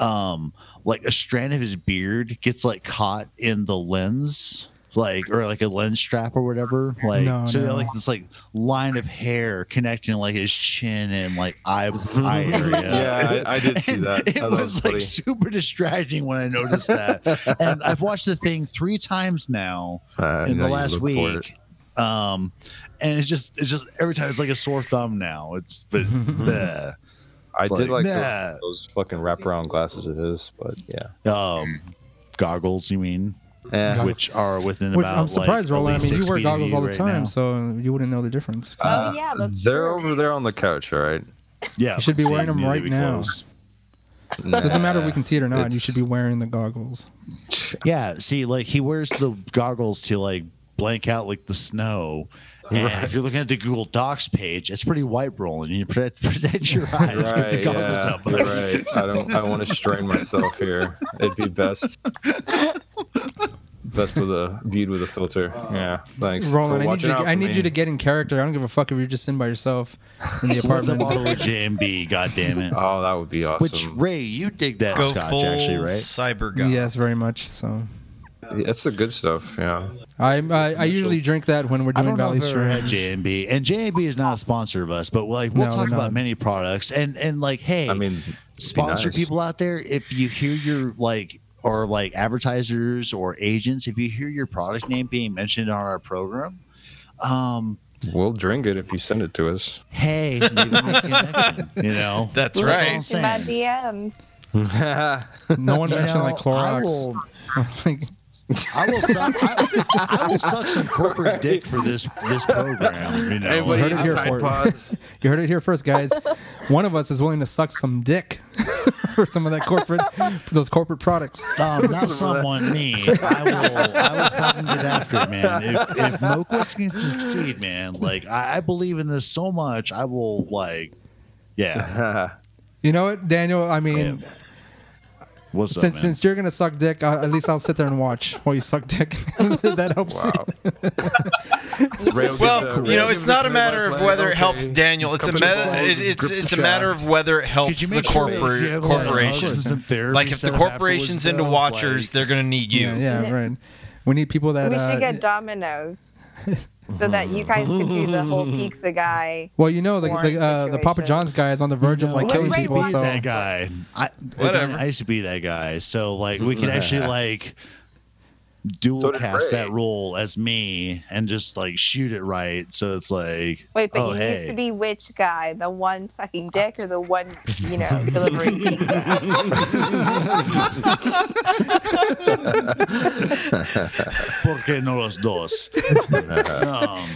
Speaker 7: Um, like a strand of his beard gets like caught in the lens, like or like a lens strap or whatever. Like
Speaker 2: No,
Speaker 7: so,
Speaker 2: no.
Speaker 7: like this like line of hair connecting like his chin and like eye, eye area.
Speaker 1: Yeah, I- I did see
Speaker 7: And
Speaker 1: that.
Speaker 7: It
Speaker 1: That
Speaker 7: was,
Speaker 1: was funny.
Speaker 7: like super distracting when I noticed that. and I've watched the thing three times now
Speaker 1: uh,
Speaker 7: in
Speaker 1: no,
Speaker 7: the
Speaker 1: you
Speaker 7: last
Speaker 1: look for it.
Speaker 7: week. Um, and it's just it's just every time it's like a sore thumb now. It's but bleh.
Speaker 1: I did
Speaker 7: Like,
Speaker 1: like
Speaker 7: nah.
Speaker 1: those, those fucking wraparound glasses of his, but yeah.
Speaker 7: um goggles, you mean?
Speaker 1: Eh.
Speaker 7: Which are within
Speaker 2: Which
Speaker 7: about
Speaker 2: I'm surprised,
Speaker 7: like, at
Speaker 2: Roland. I
Speaker 7: least
Speaker 2: mean, you
Speaker 7: six
Speaker 2: wear
Speaker 7: feet of
Speaker 2: goggles all the
Speaker 7: right
Speaker 2: time,
Speaker 7: now.
Speaker 2: so you wouldn't know the difference.
Speaker 8: Oh yeah, that's
Speaker 1: They're
Speaker 8: true.
Speaker 1: over there on the couch, all right?
Speaker 7: Yeah,
Speaker 2: You should be wearing them
Speaker 7: knew they'd
Speaker 2: right
Speaker 7: be
Speaker 2: now.
Speaker 7: close.
Speaker 2: Doesn't matter if
Speaker 1: Nah.
Speaker 2: we can see it or not. You
Speaker 1: It's-
Speaker 2: should be wearing the goggles.
Speaker 7: Yeah, see, like he wears the goggles to like blank out like the snow. And if you're looking at the Google Docs page, it's pretty white rolling. You protect, protect your eyes. Get
Speaker 1: Right,
Speaker 7: the goggles
Speaker 1: yeah,
Speaker 7: up.
Speaker 1: you're right. I don't. I want to strain myself here. It'd be best. Best with a viewed with a filter. Yeah. Thanks. for
Speaker 2: Roland, I need
Speaker 1: watching
Speaker 2: you.
Speaker 1: out
Speaker 2: To,
Speaker 1: for
Speaker 2: I need you
Speaker 1: me.
Speaker 2: to get in character. I don't give a fuck if you're just sitting by yourself in the
Speaker 7: Pour the
Speaker 2: apartment.
Speaker 7: bottle of JMB, God damn it.
Speaker 1: Oh, that would be awesome.
Speaker 7: Which Ray, you dig that
Speaker 6: Go
Speaker 7: scotch
Speaker 6: full
Speaker 7: actually, right?
Speaker 6: cyber guy.
Speaker 2: yes, very much. So
Speaker 1: That's the good stuff. Yeah.
Speaker 2: I I, I usually drink that when we're
Speaker 7: I
Speaker 2: doing
Speaker 7: don't know
Speaker 2: Valley
Speaker 7: if I ever
Speaker 2: Stream.
Speaker 7: had JMB, and JMB is not a sponsor of us, but like we'll
Speaker 2: No,
Speaker 7: talk
Speaker 2: they're
Speaker 7: about
Speaker 2: not.
Speaker 7: many products and and like hey,
Speaker 1: I mean, it'd be
Speaker 7: sponsor
Speaker 1: nice.
Speaker 7: people out there if you hear your like or like advertisers or agents if you hear your product name being mentioned on our program um
Speaker 1: We'll drink it if you send it to us.
Speaker 7: hey maybe we can, you know
Speaker 6: That's
Speaker 8: We're
Speaker 6: right.
Speaker 8: talking about DMs.
Speaker 2: No one
Speaker 7: You
Speaker 2: mentioned
Speaker 7: know,
Speaker 2: like
Speaker 7: I
Speaker 2: Clorox.
Speaker 7: will,
Speaker 2: Like,
Speaker 7: I will suck. I, I will suck some corporate dick for this this program. You know,
Speaker 1: Everybody
Speaker 2: heard it
Speaker 1: eat
Speaker 2: here
Speaker 1: Tide
Speaker 2: for it.
Speaker 1: Pods.
Speaker 2: you heard it here first, guys. One of us is willing to suck some dick for some of that corporate, those corporate products.
Speaker 7: Um, not someone, me. I will. I will fucking get after it, man. If, if Moquist can succeed, man, like I, I believe in this so much, I will like. Yeah.
Speaker 2: Oh. You know what, Daniel? I mean,
Speaker 7: What's
Speaker 2: since
Speaker 7: up, man?
Speaker 2: since you're gonna suck dick, I, at least I'll sit there and watch while you suck dick. that helps. you.
Speaker 1: wow. Ray will give
Speaker 6: Well,
Speaker 1: the-
Speaker 6: you know,
Speaker 1: give
Speaker 6: it's
Speaker 1: the
Speaker 6: not a matter of
Speaker 1: play-by-play.
Speaker 6: whether it
Speaker 1: Okay.
Speaker 6: helps Daniel.
Speaker 1: He's
Speaker 6: It's a
Speaker 1: coming to
Speaker 6: matter.
Speaker 1: blows,
Speaker 6: It's
Speaker 1: he's
Speaker 6: it's,
Speaker 1: gripped
Speaker 6: it's
Speaker 1: the
Speaker 6: a matter
Speaker 1: job.
Speaker 6: of whether it
Speaker 7: Could
Speaker 6: helps
Speaker 7: you
Speaker 6: the
Speaker 7: make sure they
Speaker 6: corporate
Speaker 7: give, like,
Speaker 6: corporations.
Speaker 7: hugs and therapy
Speaker 6: Like if the
Speaker 7: set up
Speaker 6: corporations
Speaker 7: afterwards,
Speaker 6: into
Speaker 7: though,
Speaker 6: watchers,
Speaker 7: like-
Speaker 6: they're gonna need you.
Speaker 2: Yeah, yeah, right. We need people that.
Speaker 8: we
Speaker 2: uh,
Speaker 8: should get Domino's so that you guys could do the whole pizza guy.
Speaker 2: well, you know, the,
Speaker 8: Warren
Speaker 2: the, uh, the Papa
Speaker 8: situation.
Speaker 2: John's guy is on the verge of like
Speaker 8: Yeah,
Speaker 2: killing
Speaker 8: right,
Speaker 2: people.
Speaker 8: right.
Speaker 2: So
Speaker 7: that guy. I,
Speaker 6: Whatever.
Speaker 7: Whatever. I used to be that guy. So like we could actually like dual
Speaker 1: So did
Speaker 7: cast
Speaker 1: Ray.
Speaker 7: that role as me and just like shoot it right. So it's like
Speaker 8: Wait, but
Speaker 7: oh,
Speaker 8: you
Speaker 7: hey.
Speaker 8: used to be which guy? The one sucking dick or the one, you know, delivering pizza?
Speaker 7: Porque no los dos. um,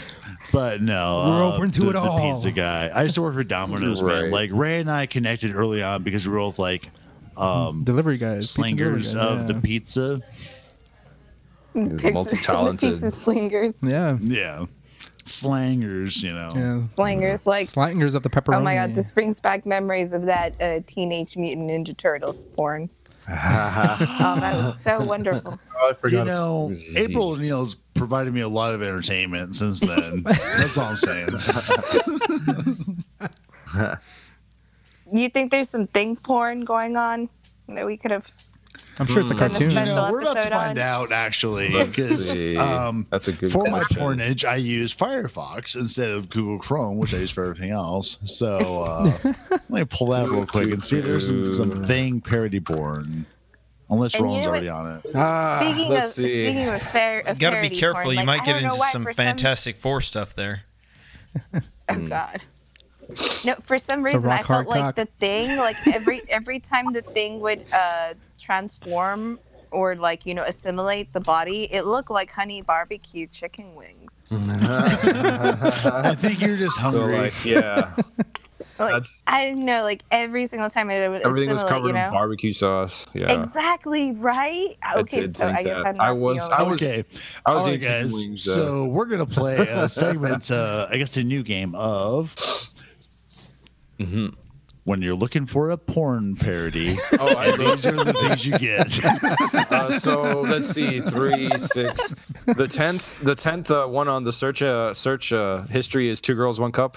Speaker 7: but no, uh,
Speaker 2: We're open to
Speaker 7: the-
Speaker 2: it all.
Speaker 7: The pizza guy. I used to work for Domino's, man.
Speaker 1: Right.
Speaker 7: Like Ray and I connected early on because we were both like um,
Speaker 2: delivery guys, pizza delivery
Speaker 7: slingers
Speaker 2: guys,
Speaker 7: of
Speaker 2: yeah.
Speaker 7: the pizza.
Speaker 8: Pizza-
Speaker 1: multi-talented.
Speaker 8: Pizza slingers.
Speaker 2: Yeah,
Speaker 7: Yeah, slangers. You know.
Speaker 2: yeah.
Speaker 8: Slingers, like,
Speaker 2: Slingers of the pepperoni.
Speaker 8: oh my god, this brings back memories of that uh, Teenage Mutant Ninja Turtles porn. oh, that was so wonderful.
Speaker 9: Oh, I
Speaker 7: You
Speaker 9: forgot.
Speaker 7: know, April O'Neil's provided me a lot of entertainment since then. That's all I'm saying.
Speaker 8: You think there's some think porn going on that we could have?
Speaker 2: I'm sure it's a
Speaker 8: Done a
Speaker 2: cartoon.
Speaker 8: Mm. special-
Speaker 7: We're about to
Speaker 8: episode
Speaker 7: find
Speaker 8: on-
Speaker 7: out, actually,
Speaker 1: Let's
Speaker 7: because
Speaker 1: see.
Speaker 7: um,
Speaker 1: That's a good
Speaker 7: for my
Speaker 1: question.
Speaker 7: pornage, I use Firefox instead of Google Chrome, which I use for everything else. So uh, let me pull that real quick and see if there's some, some thing parody porn. Unless
Speaker 8: And you
Speaker 7: Roland's
Speaker 8: know
Speaker 7: already
Speaker 8: what-
Speaker 7: on it.
Speaker 1: Ah,
Speaker 8: Speaking of
Speaker 1: let's see.
Speaker 8: speaking of, fair, of
Speaker 6: You gotta be
Speaker 8: parody
Speaker 6: careful.
Speaker 8: porn,
Speaker 6: you
Speaker 8: like,
Speaker 6: might
Speaker 8: I
Speaker 6: get
Speaker 8: don't know
Speaker 6: into
Speaker 8: why
Speaker 6: some
Speaker 8: for
Speaker 6: Fantastic Four stuff there.
Speaker 8: Oh God. No, for some
Speaker 2: Mm. a
Speaker 8: reason I
Speaker 2: rock hard
Speaker 8: felt like
Speaker 2: cock.
Speaker 8: the thing, like every every time the thing would uh, transform or like you know assimilate the body, it looked like honey barbecue chicken wings.
Speaker 7: I think you're just
Speaker 1: So
Speaker 7: hungry.
Speaker 1: like, yeah,
Speaker 8: Like
Speaker 1: That's-
Speaker 8: I don't know, like every single time it would
Speaker 1: everything was
Speaker 8: assimilate,
Speaker 1: covered in
Speaker 8: you know.
Speaker 1: barbecue sauce. Yeah,
Speaker 8: Exactly right. Okay,
Speaker 1: did
Speaker 8: so
Speaker 1: think
Speaker 8: I guess
Speaker 1: that.
Speaker 8: I'm not
Speaker 1: I was-
Speaker 8: the only
Speaker 1: I was-
Speaker 7: okay.
Speaker 1: I was
Speaker 7: All right,
Speaker 1: eating chicken
Speaker 7: guys.
Speaker 1: wings, uh,
Speaker 7: so we're gonna play a segment. Uh, I guess a new game of
Speaker 1: Mm-hmm.
Speaker 7: when you're looking for a porn parody.
Speaker 1: Oh, I
Speaker 7: these are the things you get.
Speaker 1: uh, so let's see, three, six, the tenth, the tenth uh, one on the search uh, search uh, history is two girls, one cup.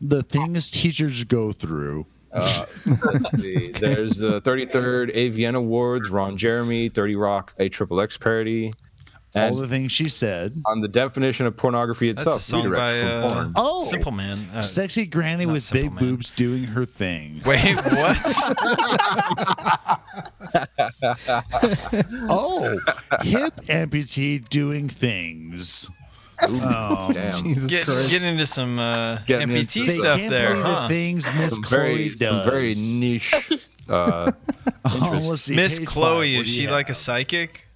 Speaker 7: the things teachers go through.
Speaker 1: Uh, Let's see. There's the 33rd AVN Awards, Ron Jeremy, 30 Rock, a Triple X parody.
Speaker 7: all
Speaker 1: And
Speaker 7: the things she said.
Speaker 1: on the definition of pornography
Speaker 6: That's
Speaker 1: itself,
Speaker 6: a song
Speaker 1: redirect
Speaker 6: by
Speaker 1: from
Speaker 6: uh,
Speaker 1: porn.
Speaker 7: Oh.
Speaker 6: Simple Man. Uh,
Speaker 7: Sexy granny
Speaker 6: not
Speaker 7: with
Speaker 6: Simple
Speaker 7: big
Speaker 6: Man.
Speaker 7: boobs doing her thing.
Speaker 6: Wait, what?
Speaker 7: Oh, hip amputee doing things. oh,
Speaker 1: Ooh, damn.
Speaker 2: Jesus
Speaker 6: get,
Speaker 2: Christ.
Speaker 6: get into some uh,
Speaker 1: Getting
Speaker 6: MPT
Speaker 1: into
Speaker 7: They
Speaker 6: stuff
Speaker 7: can't
Speaker 6: there,
Speaker 7: believe the
Speaker 6: huh?
Speaker 7: things Miss
Speaker 1: Some
Speaker 7: Chloe
Speaker 1: very, some
Speaker 7: does.
Speaker 1: very niche. Uh,
Speaker 7: Oh, let's see,
Speaker 6: Miss
Speaker 7: page five,
Speaker 6: Chloe,
Speaker 7: what
Speaker 6: is
Speaker 7: do
Speaker 6: she
Speaker 7: you
Speaker 6: like a
Speaker 7: have?
Speaker 6: psychic?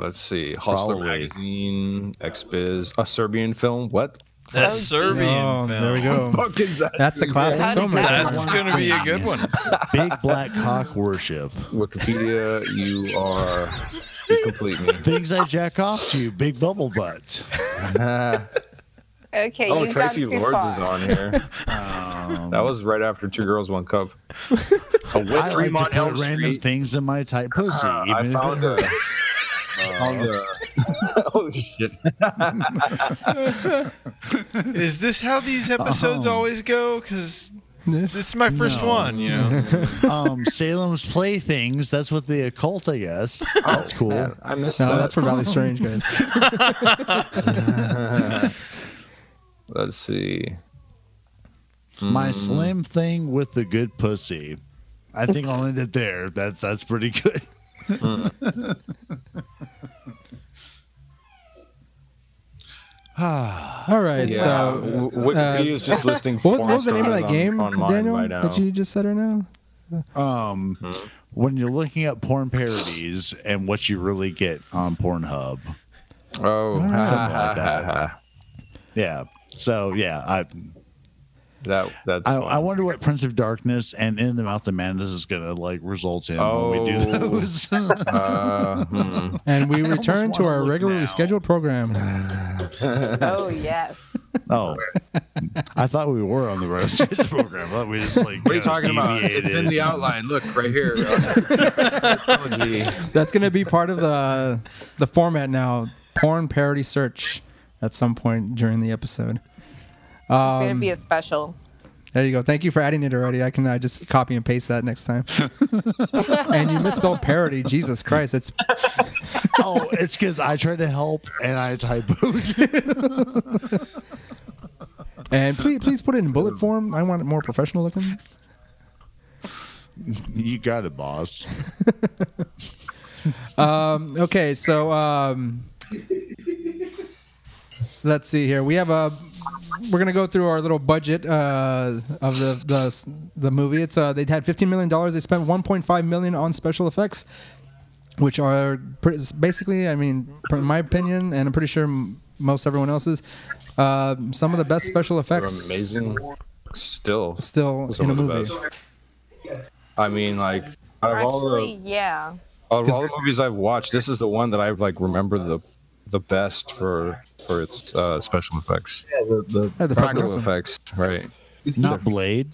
Speaker 1: let's see, Hustler
Speaker 7: Probably.
Speaker 1: magazine, X Biz, a Serbian film. What?
Speaker 6: That's
Speaker 8: Oh, dear.
Speaker 6: Serbian.
Speaker 2: Oh,
Speaker 6: film.
Speaker 2: there we go.
Speaker 1: Fuck is that?
Speaker 2: That's a classic
Speaker 8: How did
Speaker 2: film.
Speaker 8: that
Speaker 2: right
Speaker 6: That's
Speaker 2: there.
Speaker 6: gonna be a good one.
Speaker 7: big black cock worship?
Speaker 1: Wikipedia, you are you complete me.
Speaker 7: Things I jack off to, big bubble butt.
Speaker 8: one. Okay,
Speaker 1: Oh,
Speaker 8: you've
Speaker 1: Tracy
Speaker 8: gone too
Speaker 1: Lords
Speaker 8: far.
Speaker 1: is on here. that was right after Two Girls One Cup.
Speaker 7: I like
Speaker 1: Dream
Speaker 7: to
Speaker 1: on
Speaker 7: put
Speaker 1: Elm
Speaker 7: random
Speaker 1: Street.
Speaker 7: things in my tight pussy.
Speaker 1: Uh, I
Speaker 7: even if it
Speaker 1: found a.
Speaker 7: hurts.
Speaker 1: found a- oh shit!
Speaker 6: Is this how these
Speaker 7: Oh.
Speaker 6: episodes always go? Because this is my first
Speaker 7: No.
Speaker 6: one, you know.
Speaker 7: um, Salem's playthings. That's what the occult, I guess.
Speaker 1: Oh,
Speaker 7: That's cool.
Speaker 1: Man, I missed
Speaker 2: No,
Speaker 1: that.
Speaker 2: that's for Valley Strange, guys.
Speaker 1: Let's see.
Speaker 7: My
Speaker 1: Mm.
Speaker 7: slim thing with the good pussy. I think I'll end it there. That's that's pretty good.
Speaker 2: All right,
Speaker 1: Yeah,
Speaker 2: so
Speaker 1: w- Wikipedia is just listing.
Speaker 2: what was,
Speaker 1: porn
Speaker 2: uh, what was the name of
Speaker 1: stars
Speaker 2: that
Speaker 1: on-
Speaker 2: game,
Speaker 1: on mine
Speaker 2: Daniel,
Speaker 1: right now.
Speaker 2: that you just said right now?
Speaker 7: um,
Speaker 1: Hmm.
Speaker 7: when you're looking at porn parodies and what you really get on Pornhub.
Speaker 1: Oh,
Speaker 2: Something
Speaker 1: ha,
Speaker 7: like
Speaker 1: ha,
Speaker 7: that.
Speaker 1: ha, ha.
Speaker 7: Yeah. So yeah, I
Speaker 1: that that's.
Speaker 7: I,
Speaker 1: fun.
Speaker 7: I wonder what Prince of Darkness and In the Mouth of Madness is gonna like result in when we do
Speaker 1: Oh.
Speaker 7: those.
Speaker 1: Uh, hmm.
Speaker 2: And we
Speaker 7: I almost
Speaker 2: return to
Speaker 7: wanna
Speaker 2: our
Speaker 7: look
Speaker 2: regularly
Speaker 7: now.
Speaker 2: scheduled program.
Speaker 8: Oh yes.
Speaker 7: oh, I thought we were on the road to the program. I thought we just like
Speaker 1: What are you
Speaker 7: kinda
Speaker 1: talking about? It's in the
Speaker 7: deviated.
Speaker 1: outline. Look right here. Trilogy.
Speaker 2: That's gonna be part of the the format now. Porn parody search at some point during the episode.
Speaker 8: it's gonna be
Speaker 2: Um,
Speaker 8: a special.
Speaker 2: There you go. Thank you for adding it already. I can uh, just copy and paste that next time. and you misspelled parody. Jesus Christ! It's
Speaker 7: oh, it's because I tried to help and I typoed.
Speaker 2: and please please put it in bullet form. I want it more professional looking.
Speaker 7: you got it, boss.
Speaker 2: Okay, so um, let's see here. We have a. We're gonna go through our little budget uh, of the, the the movie. It's uh, they had fifteen million dollars. They spent one point five million on special effects, which are pretty, basically, I mean, in my opinion, and I'm pretty sure m- most everyone else's, uh, some of the best special
Speaker 1: They're
Speaker 2: effects
Speaker 1: amazing. Still,
Speaker 2: still in
Speaker 1: Some
Speaker 2: a
Speaker 1: of the
Speaker 2: movie.
Speaker 1: best. I mean, like out of all
Speaker 8: Actually,
Speaker 1: the
Speaker 8: yeah.
Speaker 1: out of all the movies I've watched, this is the one that I like remember the the best for for its uh, special effects,
Speaker 9: Yeah, the, the,
Speaker 2: Yeah, the fucking
Speaker 1: practical
Speaker 2: awesome.
Speaker 1: effects, right?
Speaker 9: it's
Speaker 7: Not Blade.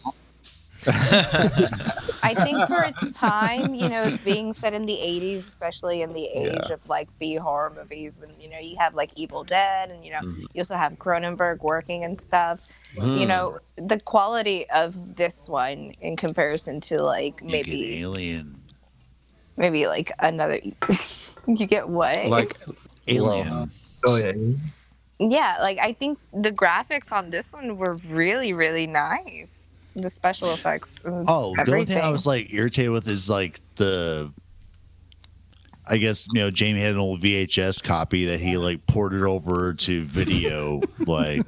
Speaker 8: I think for its time, you know, it's being set in the 80s, especially in the age of like B horror movies when, you know, you have like Evil Dead and, you know,
Speaker 7: Mm-hmm.
Speaker 8: you also have Cronenberg working and stuff.
Speaker 1: Hmm.
Speaker 8: You know,
Speaker 7: Mm.
Speaker 8: the quality of this one in comparison to like
Speaker 7: You get
Speaker 8: maybe,
Speaker 7: Alien.
Speaker 8: maybe like another. e you get what?
Speaker 1: Like
Speaker 7: Alien.
Speaker 9: oh yeah,
Speaker 8: yeah, like I think the graphics on this one were really, really nice. The special effects. and
Speaker 7: Oh, the only
Speaker 8: everything.
Speaker 7: thing I was like irritated with is like the, I guess you know Jamie had an old VHS copy that he like ported over to video, like,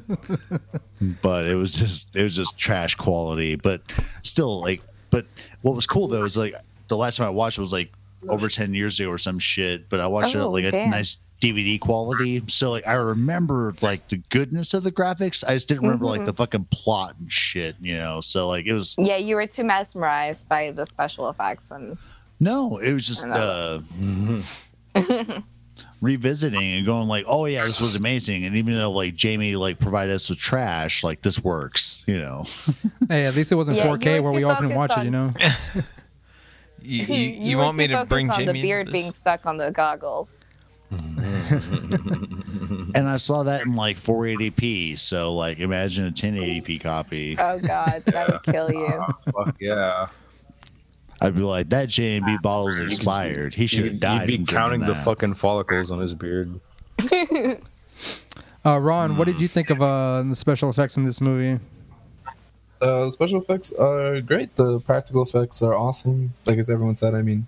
Speaker 7: but it was just it was just trash quality. But still, like, but what was cool though is like the last time I watched it was like over ten years ago or some shit. But I watched it
Speaker 8: Oh,
Speaker 7: at, like a
Speaker 8: damn.
Speaker 7: nice DVD quality, so like I remember like the goodness of the graphics. I just didn't remember
Speaker 8: Mm-hmm.
Speaker 7: like the fucking plot and shit, you know. So like it was
Speaker 8: yeah, you were too mesmerized by the special effects and
Speaker 7: no, it was just
Speaker 8: I know.
Speaker 7: uh, revisiting and going like, "Oh yeah, this was amazing." And even though like Jamie like provided us with trash, like this works, you know.
Speaker 2: Hey, at least it wasn't
Speaker 8: Yeah, you
Speaker 2: 4K
Speaker 8: were
Speaker 2: where
Speaker 8: too
Speaker 2: we open and watch
Speaker 8: focused
Speaker 2: it. You know,
Speaker 6: You, you, you,
Speaker 8: were
Speaker 6: want me
Speaker 8: too
Speaker 6: to
Speaker 8: focused
Speaker 6: bring
Speaker 8: on
Speaker 6: Jamie
Speaker 8: the
Speaker 6: into
Speaker 8: beard
Speaker 6: this?
Speaker 8: being stuck on the goggles.
Speaker 1: Mm-hmm.
Speaker 7: And I saw that in like 480p, so like imagine a 1080p copy.
Speaker 8: Oh god, that would kill you.
Speaker 1: fuck yeah,
Speaker 7: I'd be like, "That JMB bottle's expired. He should have
Speaker 1: you'd,
Speaker 7: died."
Speaker 1: you'd be
Speaker 7: from drinking
Speaker 1: counting the
Speaker 7: that."
Speaker 1: fucking follicles on his beard.
Speaker 2: uh, Ron, what did you think of uh, the special effects in this movie?
Speaker 9: Uh, the special effects are great. The practical effects are awesome. Like as everyone said, I mean,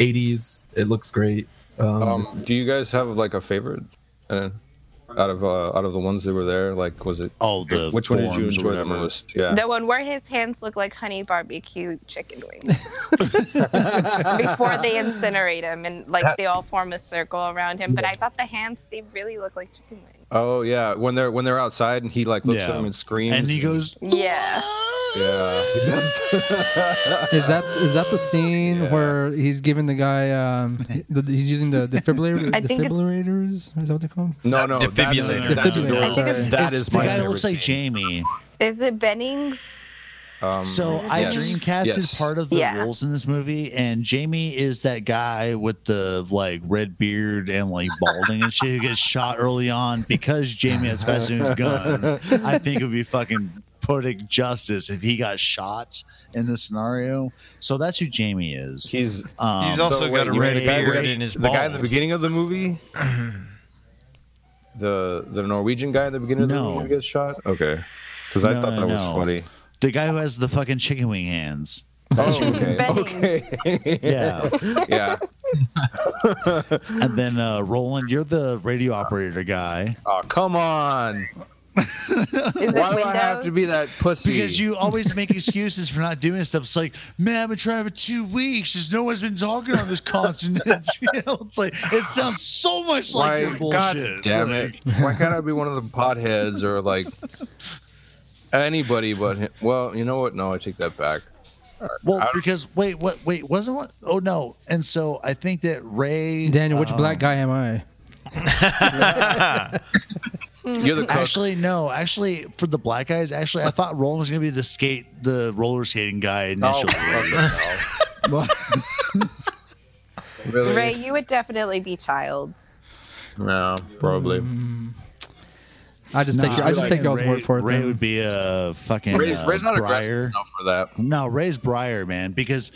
Speaker 9: 80s. It looks great. Um,
Speaker 1: Um, do you guys have like a favorite uh, out of uh, out of the ones that were there? Like, was it
Speaker 7: Oh, the
Speaker 1: which one did you
Speaker 7: forms or
Speaker 1: enjoy the
Speaker 7: whatever.
Speaker 1: most? Yeah,
Speaker 8: The one where his hands look like honey barbecue chicken wings. Before they incinerate him and like they all form a circle around him. But I thought the hands they really look like chicken wings.
Speaker 1: Oh yeah, when they're when they're outside and he like looks
Speaker 7: Yeah.
Speaker 1: at them and screams,
Speaker 7: And he goes,
Speaker 8: Yeah.
Speaker 1: "Yeah,
Speaker 2: Is that is that the scene
Speaker 1: Yeah.
Speaker 2: where he's giving the guy um the, he's using the defibrillator
Speaker 8: I think it's-
Speaker 2: defibrillators? Is that what they're called?
Speaker 1: no, no, that's-
Speaker 6: Defibrillator.
Speaker 1: that's
Speaker 2: Defibrillator,
Speaker 1: yours.
Speaker 2: sorry.
Speaker 1: That
Speaker 7: It's
Speaker 1: is
Speaker 7: the
Speaker 1: my
Speaker 7: guy that
Speaker 1: favorite
Speaker 7: looks like
Speaker 1: scene.
Speaker 7: Jamie."
Speaker 8: Is it Bennings?
Speaker 1: Um,
Speaker 7: So I
Speaker 1: yes,
Speaker 7: Dreamcast
Speaker 1: yes.
Speaker 7: is part of the
Speaker 8: Yeah.
Speaker 7: roles in this movie, and Jamie is that guy with the like red beard and like balding and shit who gets shot early on because Jamie has fascinating guns. I think it would be fucking poetic justice if he got shot in this scenario. So that's who Jamie is.
Speaker 1: He's
Speaker 7: um,
Speaker 6: He's also
Speaker 1: so
Speaker 6: got a
Speaker 1: wait, you mean
Speaker 6: red
Speaker 1: the guy
Speaker 6: beard
Speaker 1: with-
Speaker 6: and his
Speaker 1: the guy at the
Speaker 6: bald.
Speaker 1: beginning of the movie. The the Norwegian guy at the beginning of the
Speaker 7: No.
Speaker 1: movie who gets shot. Okay, because I
Speaker 7: No,
Speaker 1: thought that
Speaker 7: no,
Speaker 1: was
Speaker 7: no.
Speaker 1: funny.
Speaker 7: the guy who has the fucking chicken wing hands.
Speaker 1: Oh, okay,
Speaker 8: Bennings.
Speaker 1: okay,
Speaker 7: Yeah.
Speaker 1: yeah.
Speaker 7: and then uh, Roland, you're the radio operator guy.
Speaker 1: Oh, come on.
Speaker 8: Is it
Speaker 1: Why do I
Speaker 8: Windows?
Speaker 1: have to be that pussy?
Speaker 7: Because you always make excuses for not doing stuff. It's like, man, I've been trying for two weeks. Just no one's been talking on this continent. you know, it's like it sounds so much like
Speaker 1: Why,
Speaker 7: your
Speaker 1: God
Speaker 7: bullshit.
Speaker 1: damn
Speaker 7: Like,
Speaker 1: it! Why can't I be one of the potheads or like anybody but him? Well, you know what? No, I take that back.
Speaker 7: Well, because wait, what? Wait, wasn't what? Oh no! And so I think that Ray
Speaker 2: Daniel, which
Speaker 7: um,
Speaker 2: black guy am I?
Speaker 8: Mm-hmm.
Speaker 1: You're the cook.
Speaker 7: Actually, no. Actually, for the black guys, actually, I thought Roland was gonna be the skate, the roller skating
Speaker 1: Oh,
Speaker 7: guy initially.
Speaker 1: fuck yourself. really?
Speaker 8: Ray, you would definitely be Childs.
Speaker 1: No, probably.
Speaker 2: I just take
Speaker 7: Nah,
Speaker 2: I just
Speaker 7: like
Speaker 2: take y'all's
Speaker 7: Ray-
Speaker 2: word for it.
Speaker 7: Ray
Speaker 2: then.
Speaker 7: would be a fucking
Speaker 1: Ray's,
Speaker 7: uh,
Speaker 1: Ray's not aggressive
Speaker 7: Briar.
Speaker 1: enough for that.
Speaker 7: No, Ray's Briar, man, because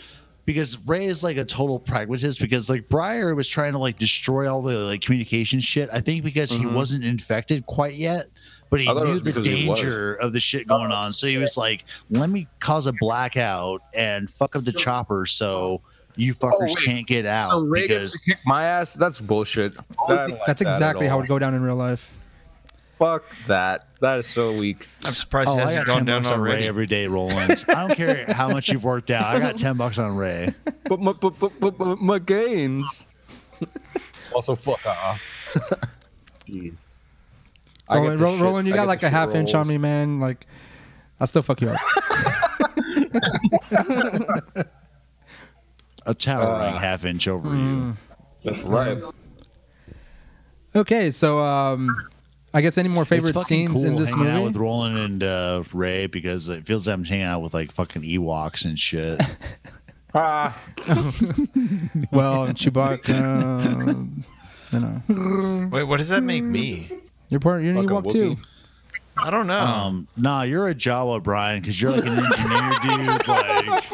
Speaker 7: because Ray is like a total pragmatist because like Briar was trying to like destroy all the like communication shit. I think because he wasn't infected quite yet, but he
Speaker 1: Mm-hmm. I thought it
Speaker 7: knew
Speaker 1: was
Speaker 7: the
Speaker 1: because he was.
Speaker 7: danger of the shit going on. So he was like, let me cause a blackout and fuck up the chopper so you fuckers
Speaker 1: Oh, wait.
Speaker 7: can't get out.
Speaker 1: So Ray
Speaker 7: because
Speaker 1: gets to kick my ass. That's bullshit. I don't like
Speaker 2: That's
Speaker 1: that at
Speaker 2: exactly how
Speaker 1: all.
Speaker 2: it would go down in real life.
Speaker 1: Fuck that. That is so weak.
Speaker 6: I'm surprised
Speaker 7: Oh,
Speaker 6: it
Speaker 7: I
Speaker 6: hasn't
Speaker 7: got
Speaker 6: gone
Speaker 7: ten
Speaker 6: down
Speaker 7: bucks on Ray
Speaker 6: already.
Speaker 7: every day, Roland. I don't care how much you've worked out. I got ten bucks on Ray.
Speaker 1: But my, but, but, but, but my gains. also, fuck off. I get
Speaker 2: Roland,
Speaker 1: the
Speaker 2: Ro-
Speaker 1: shit-
Speaker 2: Roland, you
Speaker 1: I
Speaker 2: got
Speaker 1: get
Speaker 2: like
Speaker 1: the
Speaker 2: a
Speaker 1: shit
Speaker 2: half inch on
Speaker 1: rolls.
Speaker 2: me, man. Like, I still fuck you up.
Speaker 7: A
Speaker 1: Uh,
Speaker 7: towering half inch over you.
Speaker 1: That's right.
Speaker 2: Okay, so um, I guess any more favorite
Speaker 7: It's fucking
Speaker 2: scenes in
Speaker 7: cool
Speaker 2: this
Speaker 7: hanging out with
Speaker 2: movie?
Speaker 7: Roland and uh, Ray because it feels like I'm hanging out with like fucking Ewoks and shit.
Speaker 1: Ah,
Speaker 2: Well, Chewbacca. You know,
Speaker 6: Wait, what does that make me?
Speaker 2: you're part. You're an
Speaker 1: Fucking
Speaker 2: Ewok too.
Speaker 1: Wookiee.
Speaker 6: I don't know.
Speaker 7: um, nah, you're a Jawa, Brian, because you're like an engineer dude, like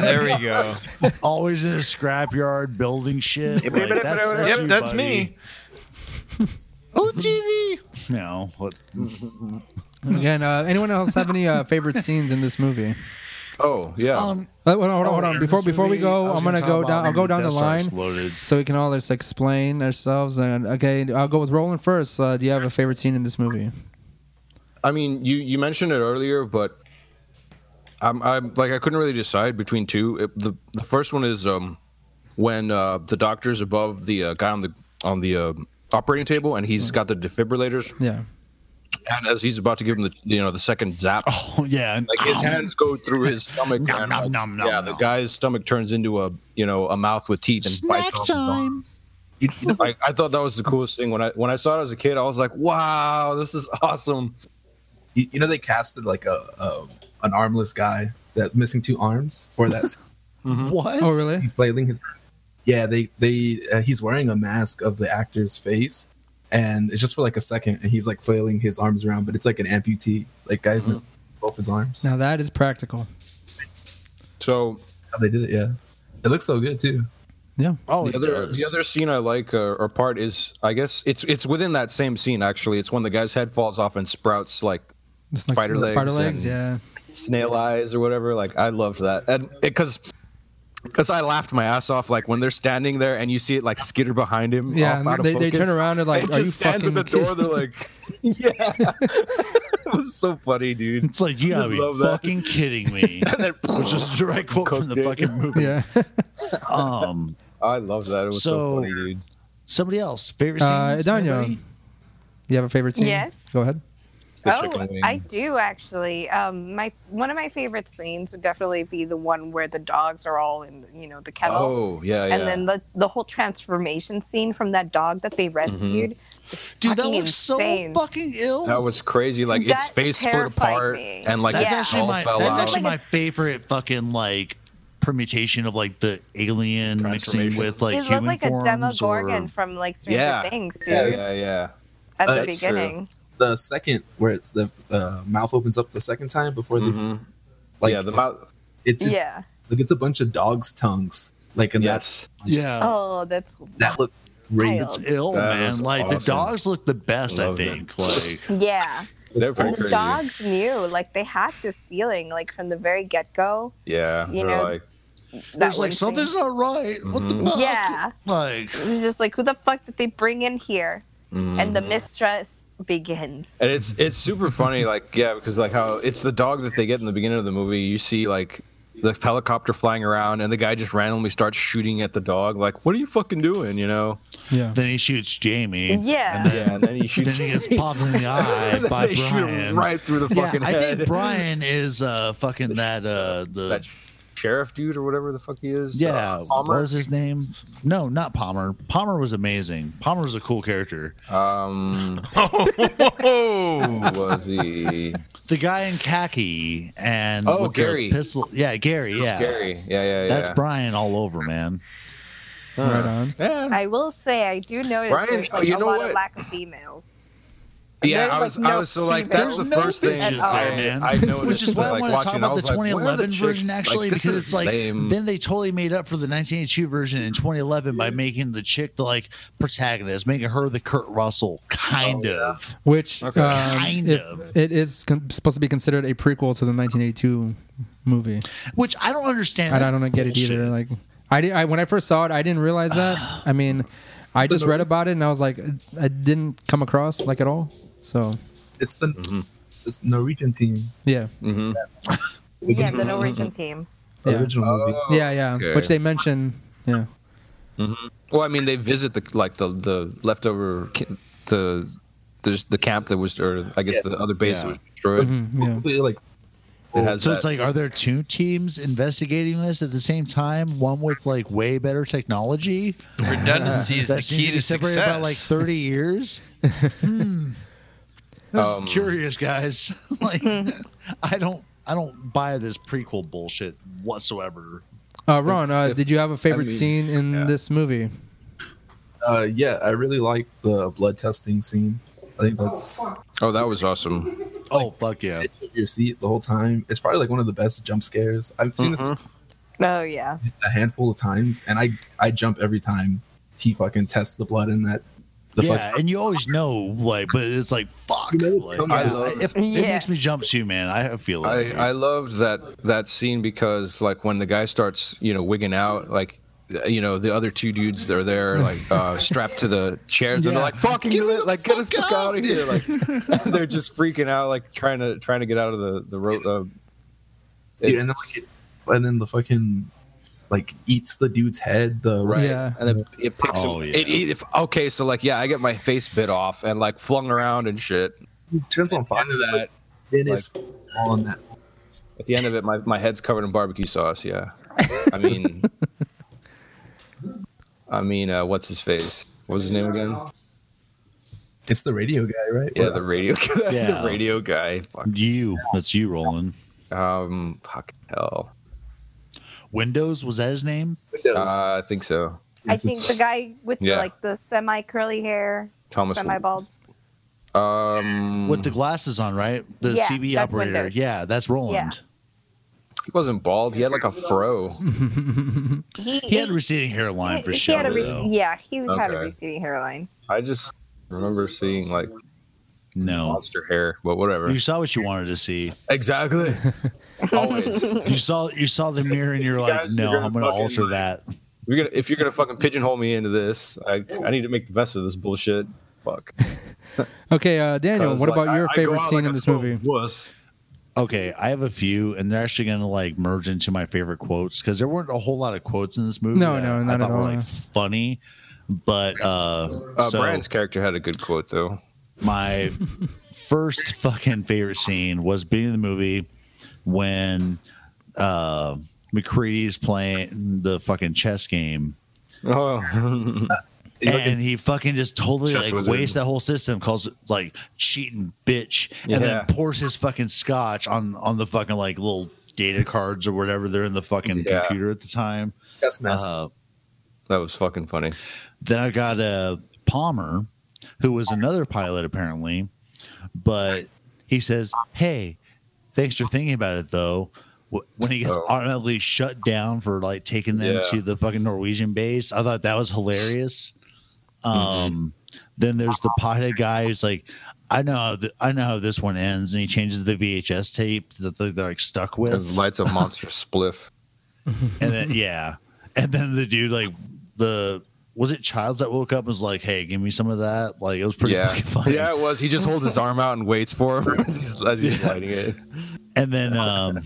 Speaker 6: there we go.
Speaker 7: always in a scrapyard building shit. Like, that's, that's
Speaker 6: yep,
Speaker 7: you,
Speaker 6: that's
Speaker 7: buddy.
Speaker 6: me.
Speaker 7: OTV. No, what?
Speaker 2: Again, uh, anyone else have any uh, favorite scenes in this movie?
Speaker 1: Oh yeah.
Speaker 7: Um,
Speaker 2: Uh, hold on, hold on, hold
Speaker 7: oh,
Speaker 2: on.
Speaker 7: in
Speaker 2: Before
Speaker 7: this
Speaker 2: before we
Speaker 7: movie, I
Speaker 2: go,
Speaker 7: was
Speaker 2: I'm gonna
Speaker 7: talk
Speaker 2: go
Speaker 7: about
Speaker 2: down. I'll
Speaker 7: when
Speaker 2: go down the
Speaker 7: Death Star
Speaker 2: line
Speaker 7: Exploded.
Speaker 2: so we can all just explain ourselves. And okay, I'll go with Roland first. Uh, do you have a favorite scene in this movie?
Speaker 1: I mean, you you mentioned it earlier, but I'm I'm like I couldn't really decide between two. It, the the first one is um when uh, the doctor's above the uh, guy on the on the uh, operating table, and
Speaker 2: Mm.
Speaker 1: he's got the defibrillators,
Speaker 2: Yeah.
Speaker 1: and as he's about to give him the you know the second zap.
Speaker 7: Oh yeah, and-
Speaker 1: Like his hands go through his stomach.
Speaker 7: Nom,
Speaker 1: and,
Speaker 7: nom,
Speaker 1: like,
Speaker 7: nom, nom,
Speaker 1: yeah, the
Speaker 7: nom.
Speaker 1: guy's stomach turns into a you know a mouth with teeth and bites off his arm. I, I thought that was the coolest thing when I when I saw it as a kid. I was like, wow, this is awesome.
Speaker 9: You, you know they casted like a, a an armless guy that missing two arms for that
Speaker 7: what?
Speaker 2: Oh really?
Speaker 9: flailing his. Yeah, they they uh, he's wearing a mask of the actor's face, and it's just for like a second, and he's like flailing his arms around, but it's like an amputee. Like guys missing
Speaker 1: Mm.
Speaker 9: both his arms.
Speaker 2: Now that is practical.
Speaker 1: So
Speaker 9: How they did it, yeah. It looks so good too.
Speaker 2: Yeah.
Speaker 7: Oh,
Speaker 1: the
Speaker 7: it
Speaker 1: other
Speaker 7: does.
Speaker 1: the other scene I like uh, or part is I guess it's it's within that same scene actually. It's when the guy's head falls off and sprouts like
Speaker 2: It's like
Speaker 1: Spider
Speaker 2: spider legs. Spider legs.
Speaker 1: legs and-
Speaker 2: Yeah.
Speaker 1: snail eyes or whatever. Like I loved that, and because because I laughed my ass off. Like when they're standing there and you see it like skitter behind him.
Speaker 2: Yeah,
Speaker 1: off
Speaker 2: and
Speaker 1: out of
Speaker 2: they- they
Speaker 1: focus,
Speaker 2: turn around and like,
Speaker 1: it
Speaker 2: "Are
Speaker 1: just
Speaker 2: you
Speaker 1: stands at the
Speaker 2: fucking
Speaker 1: door. They're like, yeah, it was so funny, dude.
Speaker 7: It's like you
Speaker 1: Just
Speaker 7: gotta be
Speaker 1: love that.
Speaker 7: fucking kidding me. Which is a direct quote from
Speaker 1: Cooked
Speaker 7: the
Speaker 1: it.
Speaker 7: fucking movie.
Speaker 2: Yeah.
Speaker 7: Um,
Speaker 1: I love that. It was so,
Speaker 7: So-
Speaker 1: funny, dude.
Speaker 7: somebody else favorite scenes.
Speaker 2: Uh, Daniel,
Speaker 7: Anybody?
Speaker 2: do you have a favorite scene?
Speaker 8: Yes.
Speaker 2: Go ahead.
Speaker 1: The
Speaker 8: Oh,
Speaker 1: chicken wing.
Speaker 8: I do actually. Um, my one of my favorite scenes would definitely be the one where the dogs are all in, you know, the kennel.
Speaker 1: Oh yeah, yeah.
Speaker 8: and then the, the whole transformation scene from that dog that they rescued.
Speaker 7: Dude, that
Speaker 8: fucking
Speaker 7: looks
Speaker 8: insane.
Speaker 7: so fucking ill.
Speaker 1: that was crazy. Like its
Speaker 8: That
Speaker 1: face split
Speaker 8: terrified
Speaker 1: apart
Speaker 8: me.
Speaker 1: and like
Speaker 8: That's
Speaker 1: its
Speaker 8: Yeah.
Speaker 7: actually
Speaker 1: skull
Speaker 7: my,
Speaker 1: fell
Speaker 7: that's
Speaker 1: out.
Speaker 7: actually my favorite fucking like permutation of like the alien mixing
Speaker 1: Transformation.
Speaker 7: with like
Speaker 8: it
Speaker 7: human
Speaker 8: looked like a
Speaker 7: forms
Speaker 8: Demogorgon
Speaker 7: or
Speaker 8: from like Stranger
Speaker 1: yeah.
Speaker 8: Things, dude,
Speaker 1: yeah, yeah, yeah.
Speaker 8: at
Speaker 9: Uh,
Speaker 8: the
Speaker 9: it's
Speaker 1: true.
Speaker 8: beginning.
Speaker 9: The second where it's the uh, mouth opens up the second time before they
Speaker 1: Mhm.
Speaker 9: like
Speaker 1: yeah, the mouth.
Speaker 9: it's, it's
Speaker 8: Yeah.
Speaker 9: like it's a bunch of dogs' tongues like and that's
Speaker 1: Yes,
Speaker 7: yeah.
Speaker 8: Oh, that's
Speaker 9: that looked great.
Speaker 8: wild.
Speaker 7: It's ill,
Speaker 1: That was
Speaker 7: man. Like the
Speaker 1: awesome.
Speaker 7: dogs look the best, I
Speaker 1: Love that.
Speaker 7: think. Like
Speaker 8: Yeah.
Speaker 1: they're
Speaker 8: And
Speaker 1: pretty
Speaker 8: the
Speaker 1: crazy.
Speaker 8: dogs knew, like they had this feeling, like from the very get go.
Speaker 1: yeah,
Speaker 8: You
Speaker 1: they're
Speaker 8: know,
Speaker 1: like
Speaker 8: That
Speaker 7: there's like
Speaker 8: one
Speaker 7: something's
Speaker 8: scene.
Speaker 1: Mm-hmm.
Speaker 7: not right. What the fuck?
Speaker 8: Yeah.
Speaker 7: Like
Speaker 8: It was just like, who the fuck did they bring in here? and
Speaker 1: mm-hmm.
Speaker 8: the mistress begins.
Speaker 1: And it's it's super funny, like yeah, because like how it's the dog that they get in the beginning of the movie. You see like the helicopter flying around, and the guy just randomly starts shooting at the dog. Like, what are you fucking doing? You know?
Speaker 2: Yeah.
Speaker 7: Then he shoots Jamie.
Speaker 8: Yeah.
Speaker 7: And then,
Speaker 1: Yeah, and then he
Speaker 7: then
Speaker 1: shoots.
Speaker 7: he gets popped in the eye
Speaker 1: and
Speaker 7: by
Speaker 1: they shoot
Speaker 7: Brian.
Speaker 1: him right throrough the fucking
Speaker 7: yeah, I
Speaker 1: head.
Speaker 7: think Brian is uh fucking that uh the
Speaker 1: that sheriff dude or whatever the fuck he is.
Speaker 7: yeah
Speaker 1: uh,
Speaker 7: what
Speaker 1: Palmer.
Speaker 7: was his name? No, not Palmer. Palmer was amazing. Palmer was a cool character.
Speaker 1: Um,
Speaker 6: Oh,
Speaker 1: who was he?
Speaker 7: The guy in khaki and
Speaker 1: Oh,
Speaker 7: with the
Speaker 1: Gary.
Speaker 7: pistol. Yeah, Gary. Yeah,
Speaker 1: Scary. Yeah, yeah, yeah.
Speaker 7: that's Brian all over, man.
Speaker 2: Right on.
Speaker 1: Yeah.
Speaker 8: I will say I do notice
Speaker 1: Brian,
Speaker 8: there's
Speaker 1: oh,
Speaker 8: like,
Speaker 1: you
Speaker 8: a
Speaker 1: know
Speaker 8: lot
Speaker 1: what?
Speaker 8: of lack of females.
Speaker 1: Yeah,
Speaker 8: There's,
Speaker 1: I was,
Speaker 8: like,
Speaker 1: I
Speaker 8: no
Speaker 1: was so like,
Speaker 8: females.
Speaker 1: that's the
Speaker 7: There's no
Speaker 1: first thing
Speaker 7: bitches
Speaker 1: I,
Speaker 7: there, man.
Speaker 1: I noticed.
Speaker 7: Which is why
Speaker 1: like,
Speaker 7: I want to talk
Speaker 1: watching, I
Speaker 7: about the
Speaker 1: was like, where are
Speaker 7: 2011
Speaker 1: chicks?
Speaker 7: version,
Speaker 1: Like,
Speaker 7: actually,
Speaker 1: this
Speaker 7: because
Speaker 1: is
Speaker 7: it's like
Speaker 1: lame.
Speaker 7: then they totally made up for the 1982 version in 2011 by making the chick the like protagonist, making her the Kurt Russell, kind
Speaker 1: Oh,
Speaker 7: of.
Speaker 2: Which
Speaker 1: Okay.
Speaker 2: um,
Speaker 7: Kind
Speaker 2: if-
Speaker 7: of.
Speaker 2: it is con- supposed to be considered a prequel to the 1982 movie.
Speaker 7: Which I don't understand.
Speaker 2: And I
Speaker 7: that
Speaker 2: don't get it either.
Speaker 7: bullshit.
Speaker 2: Like, I, di- I when I first saw it, I didn't realize that. I mean, I just read about it and I was like, uh, I didn't come across like at all. So
Speaker 9: It's the
Speaker 1: Mm-hmm.
Speaker 9: it's Norwegian team,
Speaker 2: yeah,
Speaker 8: Yeah, the Norwegian team.
Speaker 9: the
Speaker 2: Yeah.
Speaker 9: original movie.
Speaker 1: Oh.
Speaker 2: yeah, yeah.
Speaker 1: okay.
Speaker 2: Which they mention. Yeah,
Speaker 1: Well, I mean, they visit the like the the leftover ca- the the, the camp that was, or I guess the other base that
Speaker 7: Yeah. Mm-hmm.
Speaker 1: was destroyed.
Speaker 2: Mm, yeah.
Speaker 9: Completely, like
Speaker 1: It has
Speaker 7: So
Speaker 1: that-
Speaker 7: it's like, are there two teams investigating this at the same time? One with like way better technology
Speaker 6: redundancy is the
Speaker 7: that seems
Speaker 6: key
Speaker 7: to be
Speaker 6: to
Speaker 7: separated
Speaker 6: success.
Speaker 7: by like 30 years. hmm. This
Speaker 1: Um,
Speaker 7: is curious, guys. like, I don't, I don't buy this prequel bullshit whatsoever.
Speaker 2: Uh, Ron, uh,
Speaker 1: if-
Speaker 2: did you have a favorite
Speaker 1: mean,
Speaker 2: scene in
Speaker 1: yeah.
Speaker 2: this movie?
Speaker 9: uh, yeah, I really like the blood testing scene. I think that's
Speaker 1: oh, that was awesome.
Speaker 7: Oh fuck yeah!
Speaker 9: edge of your seat the whole time. It's probably like one of the best jump scares. I've seen
Speaker 1: Mm-hmm.
Speaker 8: Oh yeah.
Speaker 9: this a handful of times, and I I jump every time he fucking tests the blood in that. The
Speaker 7: yeah,
Speaker 9: fuck,
Speaker 7: and you always know, like, but it's like fuck.
Speaker 9: You know it's
Speaker 7: like,
Speaker 9: coming.
Speaker 7: I-
Speaker 9: I
Speaker 1: love-
Speaker 7: it, it
Speaker 8: Yeah.
Speaker 7: makes me jump too, man. I feel
Speaker 1: I
Speaker 7: it.
Speaker 1: I loved that that scene because like when the guy starts you know wigging out like you know the other two dudes that are there like uh strapped to the chairs and
Speaker 7: Yeah.
Speaker 1: they're like fucking
Speaker 7: Get
Speaker 1: li-
Speaker 7: the
Speaker 1: like get us
Speaker 7: fuck
Speaker 1: fuck out of here like they're just freaking out like trying to trying to get out of the the road uh,
Speaker 9: yeah, and then like it, and then the fucking like eats the dude's head. The
Speaker 1: Right.
Speaker 2: Yeah.
Speaker 1: And it, it picks
Speaker 7: Oh,
Speaker 1: him.
Speaker 7: yeah.
Speaker 1: It, it, if, okay, so like, yeah, I get my face bit off and like flung around and shit.
Speaker 9: He turns on fire.
Speaker 1: After that,
Speaker 9: Then it's all on that.
Speaker 1: at the end of it, my, my head's covered in barbecue sauce. Yeah. I mean, I mean, uh, what's his face? What was his name again?
Speaker 9: It's the radio guy, right?
Speaker 1: Yeah, the radio guy.
Speaker 7: Yeah.
Speaker 1: the radio guy. Fuck.
Speaker 7: you. That's you, Roland.
Speaker 1: Um, fuck hell.
Speaker 7: Windows was that his name?
Speaker 9: Windows.
Speaker 1: Uh, I think so.
Speaker 8: I think the guy with
Speaker 1: Yeah.
Speaker 8: the, like the semi curly hair,
Speaker 1: Thomas.
Speaker 8: semi bald.
Speaker 1: Um,
Speaker 7: With the glasses on, right? The
Speaker 8: Yeah,
Speaker 7: CB
Speaker 8: that's
Speaker 7: operator.
Speaker 8: Windows.
Speaker 7: Yeah, that's Roland.
Speaker 8: Yeah.
Speaker 1: he wasn't bald. He had like a fro.
Speaker 8: He,
Speaker 7: He had a receding hairline
Speaker 8: he-
Speaker 7: for
Speaker 8: he
Speaker 7: sure.
Speaker 8: had a rec-
Speaker 7: though.
Speaker 8: yeah, he had a
Speaker 1: Okay.
Speaker 8: receding hairline.
Speaker 1: I just remember seeing like
Speaker 7: No.
Speaker 1: monster hair, but whatever.
Speaker 7: You saw what you wanted to see.
Speaker 1: Exactly. Always.
Speaker 7: You saw you saw the mirror and you're like,
Speaker 1: Guys,
Speaker 7: no,
Speaker 1: you're gonna
Speaker 7: I'm gonna
Speaker 1: fucking-
Speaker 7: alter that.
Speaker 1: You're gonna, if you're gonna fucking pigeonhole me into this, I, I need to make the best of this bullshit. Fuck.
Speaker 2: Okay, uh, Daniel,
Speaker 1: 'Cause,
Speaker 2: what
Speaker 1: like,
Speaker 2: about your
Speaker 1: I- I go
Speaker 2: favorite
Speaker 1: out
Speaker 2: scene
Speaker 1: like
Speaker 2: in
Speaker 1: a
Speaker 2: this
Speaker 1: total
Speaker 2: movie?
Speaker 1: Wuss.
Speaker 7: Okay, I have a few, and they're actually gonna like merge into my favorite quotes because there weren't a whole lot of quotes in this movie.
Speaker 2: No,
Speaker 7: that
Speaker 2: no,
Speaker 7: I
Speaker 2: not at
Speaker 7: thought were
Speaker 2: all, no.
Speaker 7: like funny. But uh,
Speaker 1: Uh,
Speaker 7: so
Speaker 1: Brian's character had a good quote though.
Speaker 7: my first fucking favorite scene was being in the movie when uh McCready's playing the fucking chess game
Speaker 1: Oh,
Speaker 7: and he fucking just totally
Speaker 1: Chess
Speaker 7: like
Speaker 1: wizard.
Speaker 7: wastes that whole system, calls it like cheating bitch, and
Speaker 1: Yeah.
Speaker 7: then pours his fucking scotch on on the fucking like little data cards or whatever they're in the fucking
Speaker 1: Yeah.
Speaker 7: computer at the time.
Speaker 9: That's messed. up.
Speaker 7: Uh,
Speaker 1: that was fucking funny.
Speaker 7: then I got uh, Palmer, who was another pilot apparently, but he says, "Hey, thanks for thinking about it though." Wh- When he gets
Speaker 1: Oh.
Speaker 7: automatically shut down for like taking them
Speaker 1: Yeah.
Speaker 7: to the fucking Norwegian base, I thought that was hilarious.
Speaker 1: Mm-hmm.
Speaker 7: Um, then there's the pothead guy who's like, "I know, how th- I know how this one ends," and he changes the VHS tape that they- they're like stuck
Speaker 1: It
Speaker 7: with,
Speaker 1: lights a monster spliff.
Speaker 7: and then yeah, and then the dude like the was it Childs that woke up and was like, "Hey, give me some of that"? Like it was pretty
Speaker 1: yeah,
Speaker 7: fucking funny.
Speaker 1: yeah, it was. He just holds his arm out and waits for him as he's, as he's lighting it.
Speaker 7: And then um,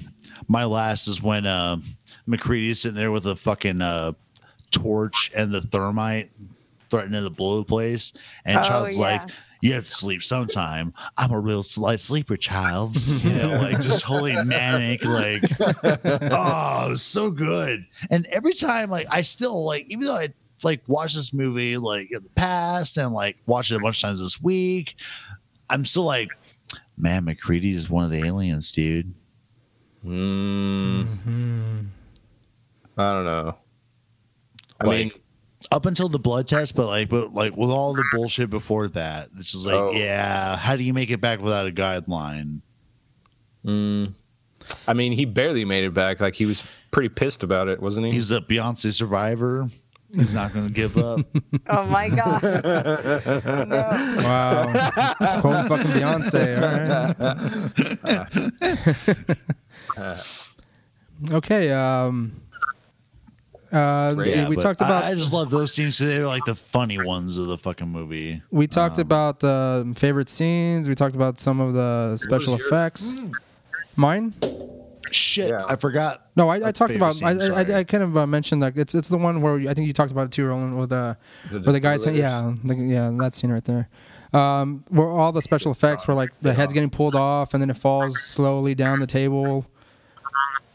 Speaker 7: my last is when um McCready's sitting there with a fucking uh, torch and the thermite threatening to blow the place, and
Speaker 8: Oh,
Speaker 7: Child's like,
Speaker 8: yeah.
Speaker 7: "You have to sleep sometime. I'm a real light sleeper, Childs." You know, like just totally manic. Like, oh, it was so good. And every time, like, I still like, even though I like watched this movie like in the past and like watched it a bunch of times this week, I'm still like, man, McCready is one of the aliens, dude. Hmm.
Speaker 1: Mm, I don't know. I
Speaker 7: Like,
Speaker 1: mean,
Speaker 7: up until the blood test, but like, but like with all the bullshit before that, it's just like,
Speaker 1: Oh. Mm-hmm.
Speaker 7: yeah, how do you make it back without a guideline? hmm.
Speaker 1: mm, I mean, he barely made it back. Like he was pretty pissed about it, wasn't he?
Speaker 7: He's a Beyonce survivor. He's not going to give up.
Speaker 8: Oh my god. No.
Speaker 2: Wow. Quote fucking Beyonce. All right. okay. Um, uh, let's
Speaker 7: Yeah,
Speaker 2: see, we
Speaker 7: but
Speaker 2: talked about
Speaker 7: I, I just love those scenes. 'cause They're like the funny ones of the fucking movie.
Speaker 2: we
Speaker 7: Um,
Speaker 2: talked about the favorite scenes. We talked about some of the special
Speaker 1: yours?
Speaker 2: effects.
Speaker 7: Mm.
Speaker 2: Mine?
Speaker 7: Shit,
Speaker 1: Yeah.
Speaker 7: I forgot.
Speaker 2: No, I, I talked
Speaker 7: favorite
Speaker 2: about. I,
Speaker 7: scene,
Speaker 2: I, I,
Speaker 7: sorry.
Speaker 2: I kind of uh, mentioned like it's it's the one where you- I think you talked about it too, Roland, with uh, the
Speaker 1: The
Speaker 2: where the guys.
Speaker 1: defibrillators?
Speaker 2: Yeah, the, yeah, that scene right there. Um, where all the special effects were like the head's getting pulled off and then it falls slowly down the table.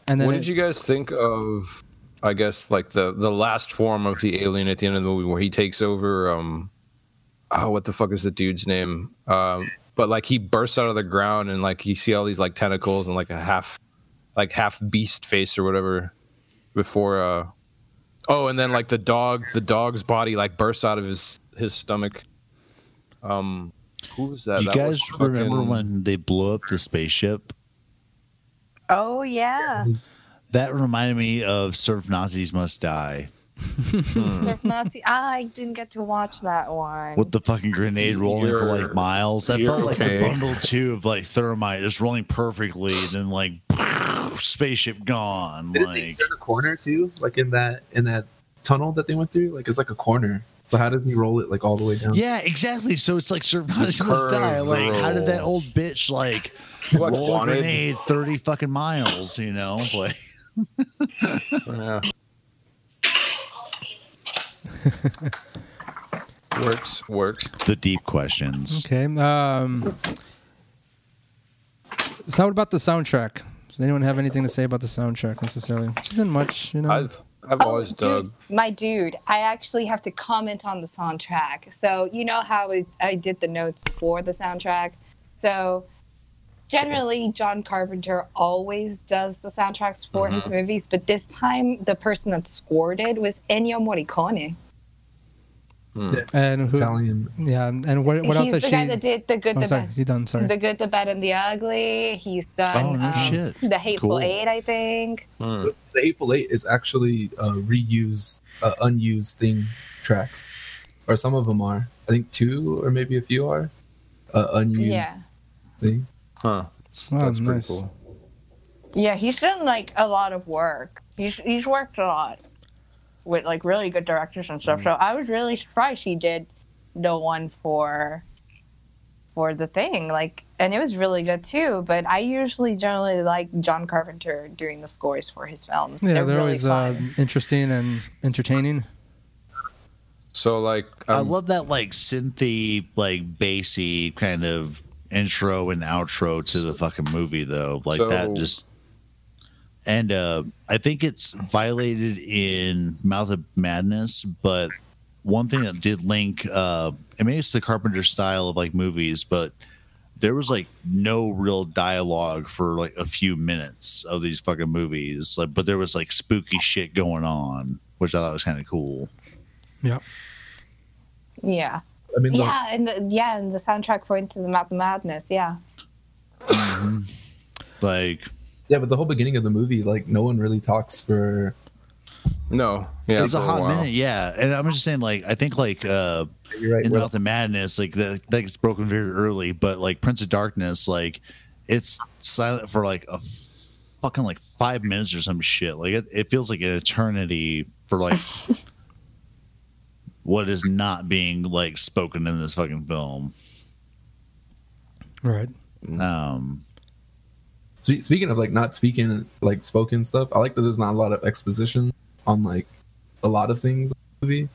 Speaker 2: And then
Speaker 1: What
Speaker 2: it-
Speaker 1: did you guys think of? I guess like the the last form of the alien at the end of the movie, where he takes over. Um, oh, what the fuck is the dude's name? Um, but like he bursts out of the ground and like you see all these like tentacles and like a half, like half beast face or whatever. Before, uh, oh, and then like the dog, the dog's body like bursts out of his his stomach. Um, who was that?
Speaker 7: Do you
Speaker 1: That
Speaker 7: guys
Speaker 1: was
Speaker 7: remember
Speaker 1: fucking-
Speaker 7: when they blew up the spaceship?
Speaker 8: Oh yeah.
Speaker 7: That reminded me of Surf Nazis Must Die
Speaker 8: Surf Nazi. Ah, I didn't get to watch that one.
Speaker 7: with the fucking grenade rolling for like
Speaker 1: You're-
Speaker 7: miles. That felt
Speaker 1: you're
Speaker 7: like
Speaker 1: okay.
Speaker 7: a bundle two of like thermite just rolling perfectly, and then like spaceship gone.
Speaker 9: Didn't they
Speaker 7: Like
Speaker 9: turn a corner too? Like in that in that tunnel that they went through? Like it's like a corner. So how does he roll it like all the way down?
Speaker 7: yeah, exactly. So it's like Surf Nazis Must
Speaker 1: curved
Speaker 7: Die. Like how did that
Speaker 1: roll.
Speaker 7: old bitch like
Speaker 1: What,
Speaker 7: roll a
Speaker 1: wanted?
Speaker 7: grenade thirty fucking miles? You know, like
Speaker 1: Yeah. works, works.
Speaker 7: the deep questions.
Speaker 2: okay. Um, so what about the soundtrack? Does anyone have anything to say about the soundtrack necessarily? Which isn't much, you know.
Speaker 1: I've I've
Speaker 7: Oh,
Speaker 1: always dug.
Speaker 8: Oh, dude, my dude, I actually have to comment on the soundtrack. So you know how it, I did the notes for the soundtrack. So generally, John Carpenter always does the soundtracks for
Speaker 2: Mm-hmm.
Speaker 8: his movies, but this time the person that scored it was Ennio Morricone.
Speaker 2: and who,
Speaker 9: Italian.
Speaker 2: yeah, and what what
Speaker 8: He's
Speaker 2: else has
Speaker 8: the
Speaker 2: she?
Speaker 8: guy that did the good,
Speaker 2: I'm
Speaker 8: the
Speaker 2: sorry,
Speaker 8: bad,
Speaker 2: you done? Sorry.
Speaker 8: the good, the bad, and the ugly. He's done
Speaker 7: Oh, no
Speaker 8: um,
Speaker 7: shit.
Speaker 8: the Hateful
Speaker 7: Cool.
Speaker 8: Eight, I think.
Speaker 1: hmm,
Speaker 9: The the Hateful Eight is actually uh, reused, uh, unused thing tracks, or some of them are. I think two or maybe a few are uh, unused
Speaker 8: Yeah.
Speaker 9: thing.
Speaker 1: Huh. That's,
Speaker 2: Wow,
Speaker 1: that's pretty
Speaker 2: nice.
Speaker 1: cool.
Speaker 8: Yeah, he's done like a lot of work. He's he's worked a lot with like really good directors and
Speaker 2: Mm.
Speaker 8: stuff. So I was really surprised he did the one for for the thing. Like and it was really good too, but I usually generally like John Carpenter doing the scores for his films.
Speaker 2: yeah,
Speaker 8: they're,
Speaker 2: they're,
Speaker 8: really
Speaker 2: always uh,
Speaker 8: fun.
Speaker 2: interesting and entertaining.
Speaker 1: So like,
Speaker 7: I
Speaker 1: um,
Speaker 7: love that like synthy, like bassy kind of intro and outro to the fucking movie though. Like that
Speaker 1: So-
Speaker 7: just and uh I think it's violated in Mouth of Madness, but one thing that did link uh and maybe it's the Carpenter style of like movies, but there was like no real dialogue for like a few minutes of these fucking movies. Like but there was like spooky shit going on, which I thought was kinda cool.
Speaker 2: Yeah.
Speaker 8: Yeah.
Speaker 9: I mean,
Speaker 8: Yeah, and the, yeah, and the soundtrack for Into the Mouth of Madness, yeah.
Speaker 1: Mm-hmm.
Speaker 7: Like
Speaker 9: the, yeah, but the whole beginning of the movie, like no one really talks for.
Speaker 1: no, yeah,
Speaker 7: it's a
Speaker 1: for
Speaker 7: hot
Speaker 1: while.
Speaker 7: minute, yeah. And I'm just saying, like, I think like uh
Speaker 9: You're right.
Speaker 7: in
Speaker 9: well,
Speaker 7: Mouth of Madness, like the that gets broken very early, but like Prince of Darkness, like it's silent for like a fucking like five minutes or some shit. Like it, it feels like an eternity for like what is not being like spoken in this fucking film.
Speaker 2: Right.
Speaker 7: Um,
Speaker 9: Spe- Speaking of like not speaking, like spoken stuff, I like that there's not a lot of exposition on like a lot of things in the movie,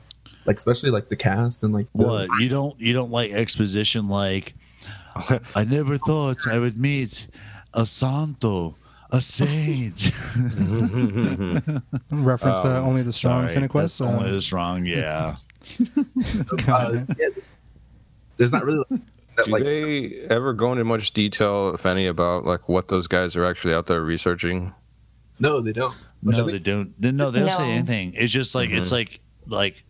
Speaker 9: like especially like the cast and like the-
Speaker 7: what you don't you don't like exposition like I never thought I would meet a santo, a saint.
Speaker 2: Reference uh,
Speaker 1: Um,
Speaker 2: only the strong
Speaker 7: Sorry,
Speaker 2: Cinequest.
Speaker 7: that's only
Speaker 2: Uh,
Speaker 7: this wrong, yeah.
Speaker 9: uh, yeah, there's not really that
Speaker 1: Do
Speaker 9: like
Speaker 1: they ever go into much detail, if any, about like what those guys are actually out there researching?
Speaker 9: no they don't. Which I
Speaker 7: No,
Speaker 9: think-
Speaker 7: they don't. they- No, they don't say
Speaker 8: No.
Speaker 7: anything. It's just like
Speaker 1: Mm-hmm.
Speaker 7: it's like like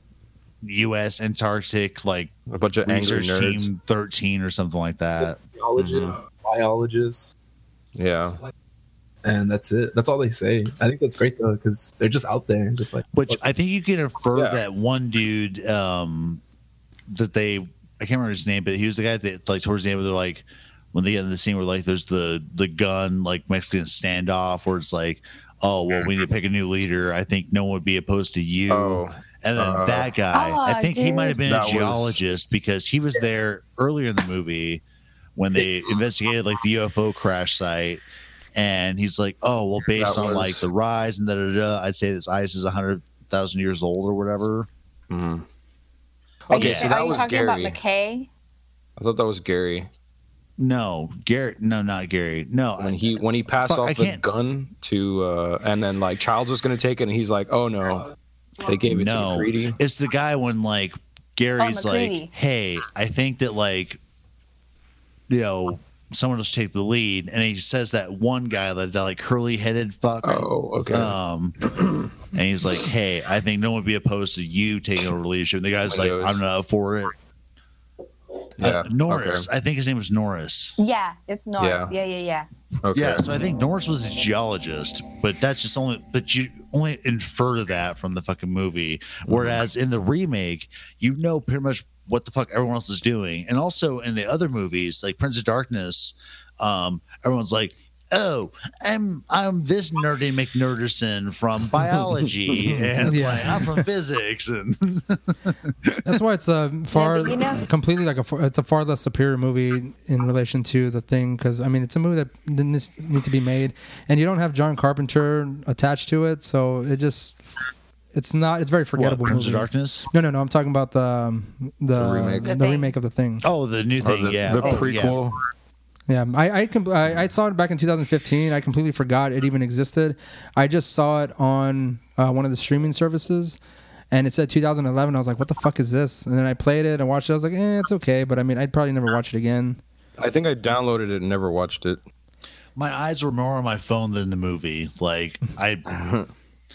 Speaker 7: U.S. Antarctic like
Speaker 1: A bunch of angry
Speaker 7: research
Speaker 1: nerds.
Speaker 7: team thirteen or something like that.
Speaker 9: biologist,
Speaker 1: Mm-hmm.
Speaker 9: biologist,
Speaker 1: Yeah,
Speaker 9: and that's it. That's all they say. I think that's great though because they're just out there and just like
Speaker 7: Which I think you can infer
Speaker 1: Yeah.
Speaker 7: that one dude um, that they I can't remember his name, but he was the guy that like towards the end of they're like when they get in the scene where like there's the the gun like Mexican standoff where it's like oh well we need to pick a new leader. I think no one would be opposed to you.
Speaker 1: Oh.
Speaker 7: and then
Speaker 1: Uh,
Speaker 7: that guy I
Speaker 8: Oh,
Speaker 7: think he
Speaker 8: dude.
Speaker 7: might have been
Speaker 1: That
Speaker 7: a
Speaker 1: was-
Speaker 7: geologist because he was there earlier in the movie when they investigated like the UFO crash site and he's like, "Oh, well, based
Speaker 1: That
Speaker 7: on
Speaker 1: was-
Speaker 7: like the rise and da da da, I'd say this ice is hundred thousand years old or whatever."
Speaker 1: Mhm.
Speaker 8: Are
Speaker 1: Okay,
Speaker 8: you,
Speaker 1: so
Speaker 8: are
Speaker 1: that
Speaker 8: you
Speaker 1: was
Speaker 8: talking
Speaker 1: Gary.
Speaker 8: about McKay?
Speaker 1: I thought that was Gary
Speaker 7: No, Gary. No, not Gary. No,
Speaker 1: when he when he passed
Speaker 7: Fuck, I
Speaker 1: off the
Speaker 7: can't-
Speaker 1: gun to, uh and then like Childs was gonna take it, and he's like, "Oh no, they gave it
Speaker 7: no.
Speaker 1: to McCready."
Speaker 7: It's the guy when like Gary's
Speaker 8: Oh,
Speaker 7: like,
Speaker 8: McCready.
Speaker 7: "Hey, I think that like, you know." Someone else take the lead, and he says that one guy that, that like curly headed fuck.
Speaker 1: Oh, okay.
Speaker 7: Um, and he's like, "Hey, I think no one would be opposed to you taking over the leadership." And the guy's like,
Speaker 1: Windows.
Speaker 7: "I'm not up for it."
Speaker 1: yeah,
Speaker 7: Uh, Norris, I think his name was Norris.
Speaker 8: Yeah, it's Norris. Yeah, yeah, yeah.
Speaker 1: Okay. okay.
Speaker 7: Yeah, so I think Norris was a geologist, but that's just only. But you only infer that from the fucking movie.
Speaker 1: Mm-hmm.
Speaker 7: Whereas in the remake, you know pretty much what the fuck everyone else is doing, and also in the other movies like Prince of Darkness, um, everyone's like. Oh, I'm I'm this nerdy McNerderson from biology, and
Speaker 2: Yeah.
Speaker 7: like, I'm from physics, and
Speaker 2: that's why it's a far,
Speaker 8: but you know-
Speaker 2: completely like a. far- It's a far less superior movie in relation to the thing because I mean it's a movie that didn't nis- need to be made, and you don't have John Carpenter attached to it, so it just, it's not. It's a very
Speaker 7: what,
Speaker 2: forgettable.
Speaker 7: Prince of
Speaker 2: movie.
Speaker 7: Darkness?
Speaker 2: No, no, no. I'm talking about the um, the the remake,
Speaker 1: remake.
Speaker 8: The
Speaker 2: the
Speaker 8: thing.
Speaker 2: remake of the thing.
Speaker 7: Oh, the new
Speaker 1: Or
Speaker 7: thing,
Speaker 1: the,
Speaker 7: yeah,
Speaker 1: the
Speaker 7: Oh, yeah.
Speaker 1: prequel.
Speaker 2: Yeah, I I, com- I I saw it back in 2015. I completely forgot it even existed. I just saw it on uh, one of the streaming services, and it said 2011. I was like, "What the fuck is this?" And then I played it and watched it. I was like, "Eh, it's okay," but I mean, I'd probably never watch it again.
Speaker 1: I think I downloaded it and never watched it.
Speaker 7: My eyes were more on my phone than the movie. Like I